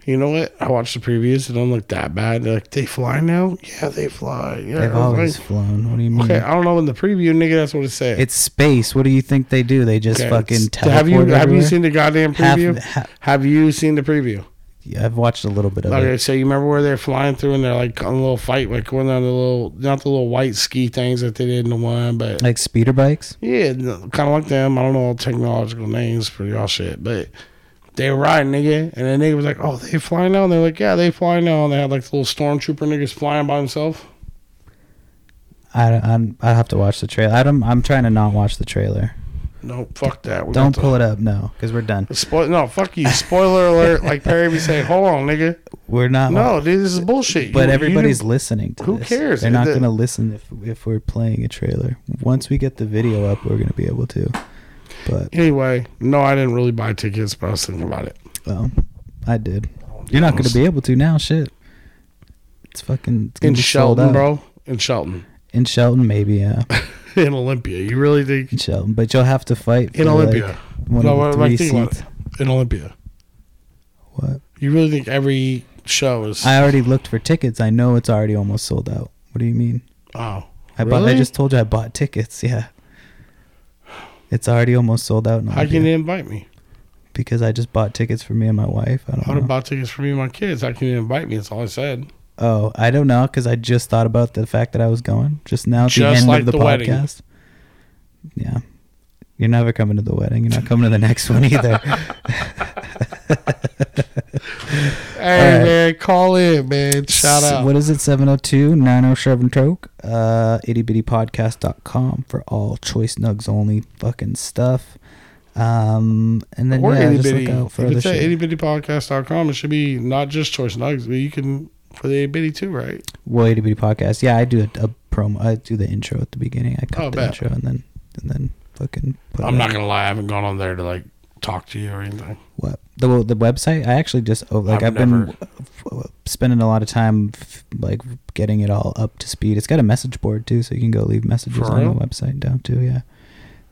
S2: You know what? I watched the previews. It don't look that bad. They're like, they fly now? Yeah, they fly. Yeah.
S1: They've
S2: I was
S1: always
S2: like,
S1: flown. What do you mean?
S2: okay, I don't know in the preview, nigga. That's what it said.
S1: It's space. What do you think they do? They just
S2: Okay,
S1: fucking
S2: it's-
S1: teleport
S2: Have you have you
S1: everywhere?
S2: seen the goddamn
S1: Half-
S2: preview?
S1: ha-
S2: have you seen the preview?
S1: yeah, I've watched a little bit of
S2: Okay,
S1: it.
S2: so you remember where they're flying through and they're like on a little fight, like one of the little not the little white ski things that they did in the one, but
S1: Like speeder bikes.
S2: Yeah, kind of like them. I don't know all technological names for y'all shit, but they were riding, nigga. And then nigga was like, oh, they flying now? And they're like, yeah, they flying now. And they had like the little stormtrooper niggas flying by himself.
S1: I I'm, I have to watch the trailer. I don't, I'm trying to not watch the trailer.
S2: No, fuck that. We
S1: Don't
S2: got
S1: pull it up, no, because we're done.
S2: the- Spo- no, fuck you. Spoiler alert. Like Perry be saying, hold on, nigga.
S1: We're not.
S2: No, dude, this is bullshit.
S1: Uh-huh. but
S2: You- you
S1: everybody's
S2: didn't-
S1: listening to
S2: who
S1: this.
S2: cares?
S1: They're not
S2: The-
S1: going to listen if if we're playing a trailer. Once we get the video up, we're going to be able to. But
S2: Anyway, no, I didn't really buy tickets, but I was thinking about it.
S1: well, I did. You're not going to be able to now. Shit. It's fucking it's gonna
S2: in
S1: be sold
S2: Shelton,
S1: out.
S2: bro. In Shelton.
S1: In Shelton, maybe yeah.
S2: In Olympia. You really think?
S1: In Shelton, but you'll have to fight
S2: In
S1: for,
S2: Olympia.
S1: like, one
S2: No,
S1: of
S2: what
S1: the
S2: am I
S1: three
S2: thinking about?
S1: seats.
S2: In Olympia.
S1: What?
S2: You really think every show is.
S1: I already looked for tickets. I know it's already almost sold out. What do you mean?
S2: oh.
S1: I bought. I
S2: Really?
S1: just told you I bought tickets. Yeah. It's already almost sold out. in
S2: How
S1: Olympia.
S2: can you invite me?
S1: because I just bought tickets for me and my wife. I don't
S2: I would
S1: know.
S2: have bought tickets for me and my kids. How can you invite me? That's all I said.
S1: oh, I don't know because I just thought about the fact that I was going just now at the
S2: Just
S1: end
S2: like
S1: of the,
S2: the wedding.
S1: podcast. Yeah, you're never coming to the wedding. You're not coming to the next one either. right.
S2: Hey, man, call in, man. Shout
S1: S-
S2: out.
S1: What is it? 702 907 Toke. Uh, ittybittypodcast.com for all choice nugs only fucking stuff. Um, and then
S2: or
S1: yeah,
S2: itty
S1: just
S2: bitty.
S1: look out
S2: If
S1: for other
S2: it's at
S1: shit.
S2: ittybittypodcast.com, it should be not just Choice Nuggets, but you can for the itty bitty too, right?
S1: Well, itty bitty podcast. Yeah, I do a, a promo. I do the intro at the beginning. I cut
S2: Oh,
S1: the
S2: bet.
S1: intro and then and then fucking. Put
S2: I'm
S1: it
S2: not
S1: up.
S2: going to lie. I haven't gone on there to like talk to you or anything.
S1: what the well, the website. I actually just oh, like I've,
S2: I've
S1: been
S2: never-
S1: f- f- spending a lot of time f- like getting it all up to speed. It's got a message board too, so you can go leave messages
S2: For
S1: on the
S2: real?
S1: website down too. Yeah.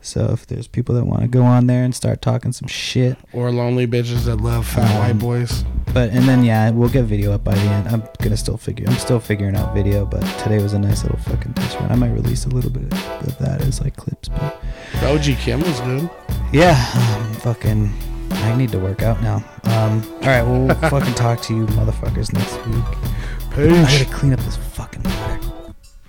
S1: So if there's people that want to go on there and start talking some shit,
S2: Or lonely bitches that love fat white boys.
S1: Um, but and then yeah, we'll get video up by the end. I'm gonna still figure. I'm still figuring out video, but today was a nice little fucking test run. I might release a little bit of that as like clips, but.
S2: The OG Kim was good.
S1: Yeah, um, fucking. I need to work out now. Um, all right, we'll fucking talk to you motherfuckers next week. I
S2: Peace.
S1: gotta clean up this fucking.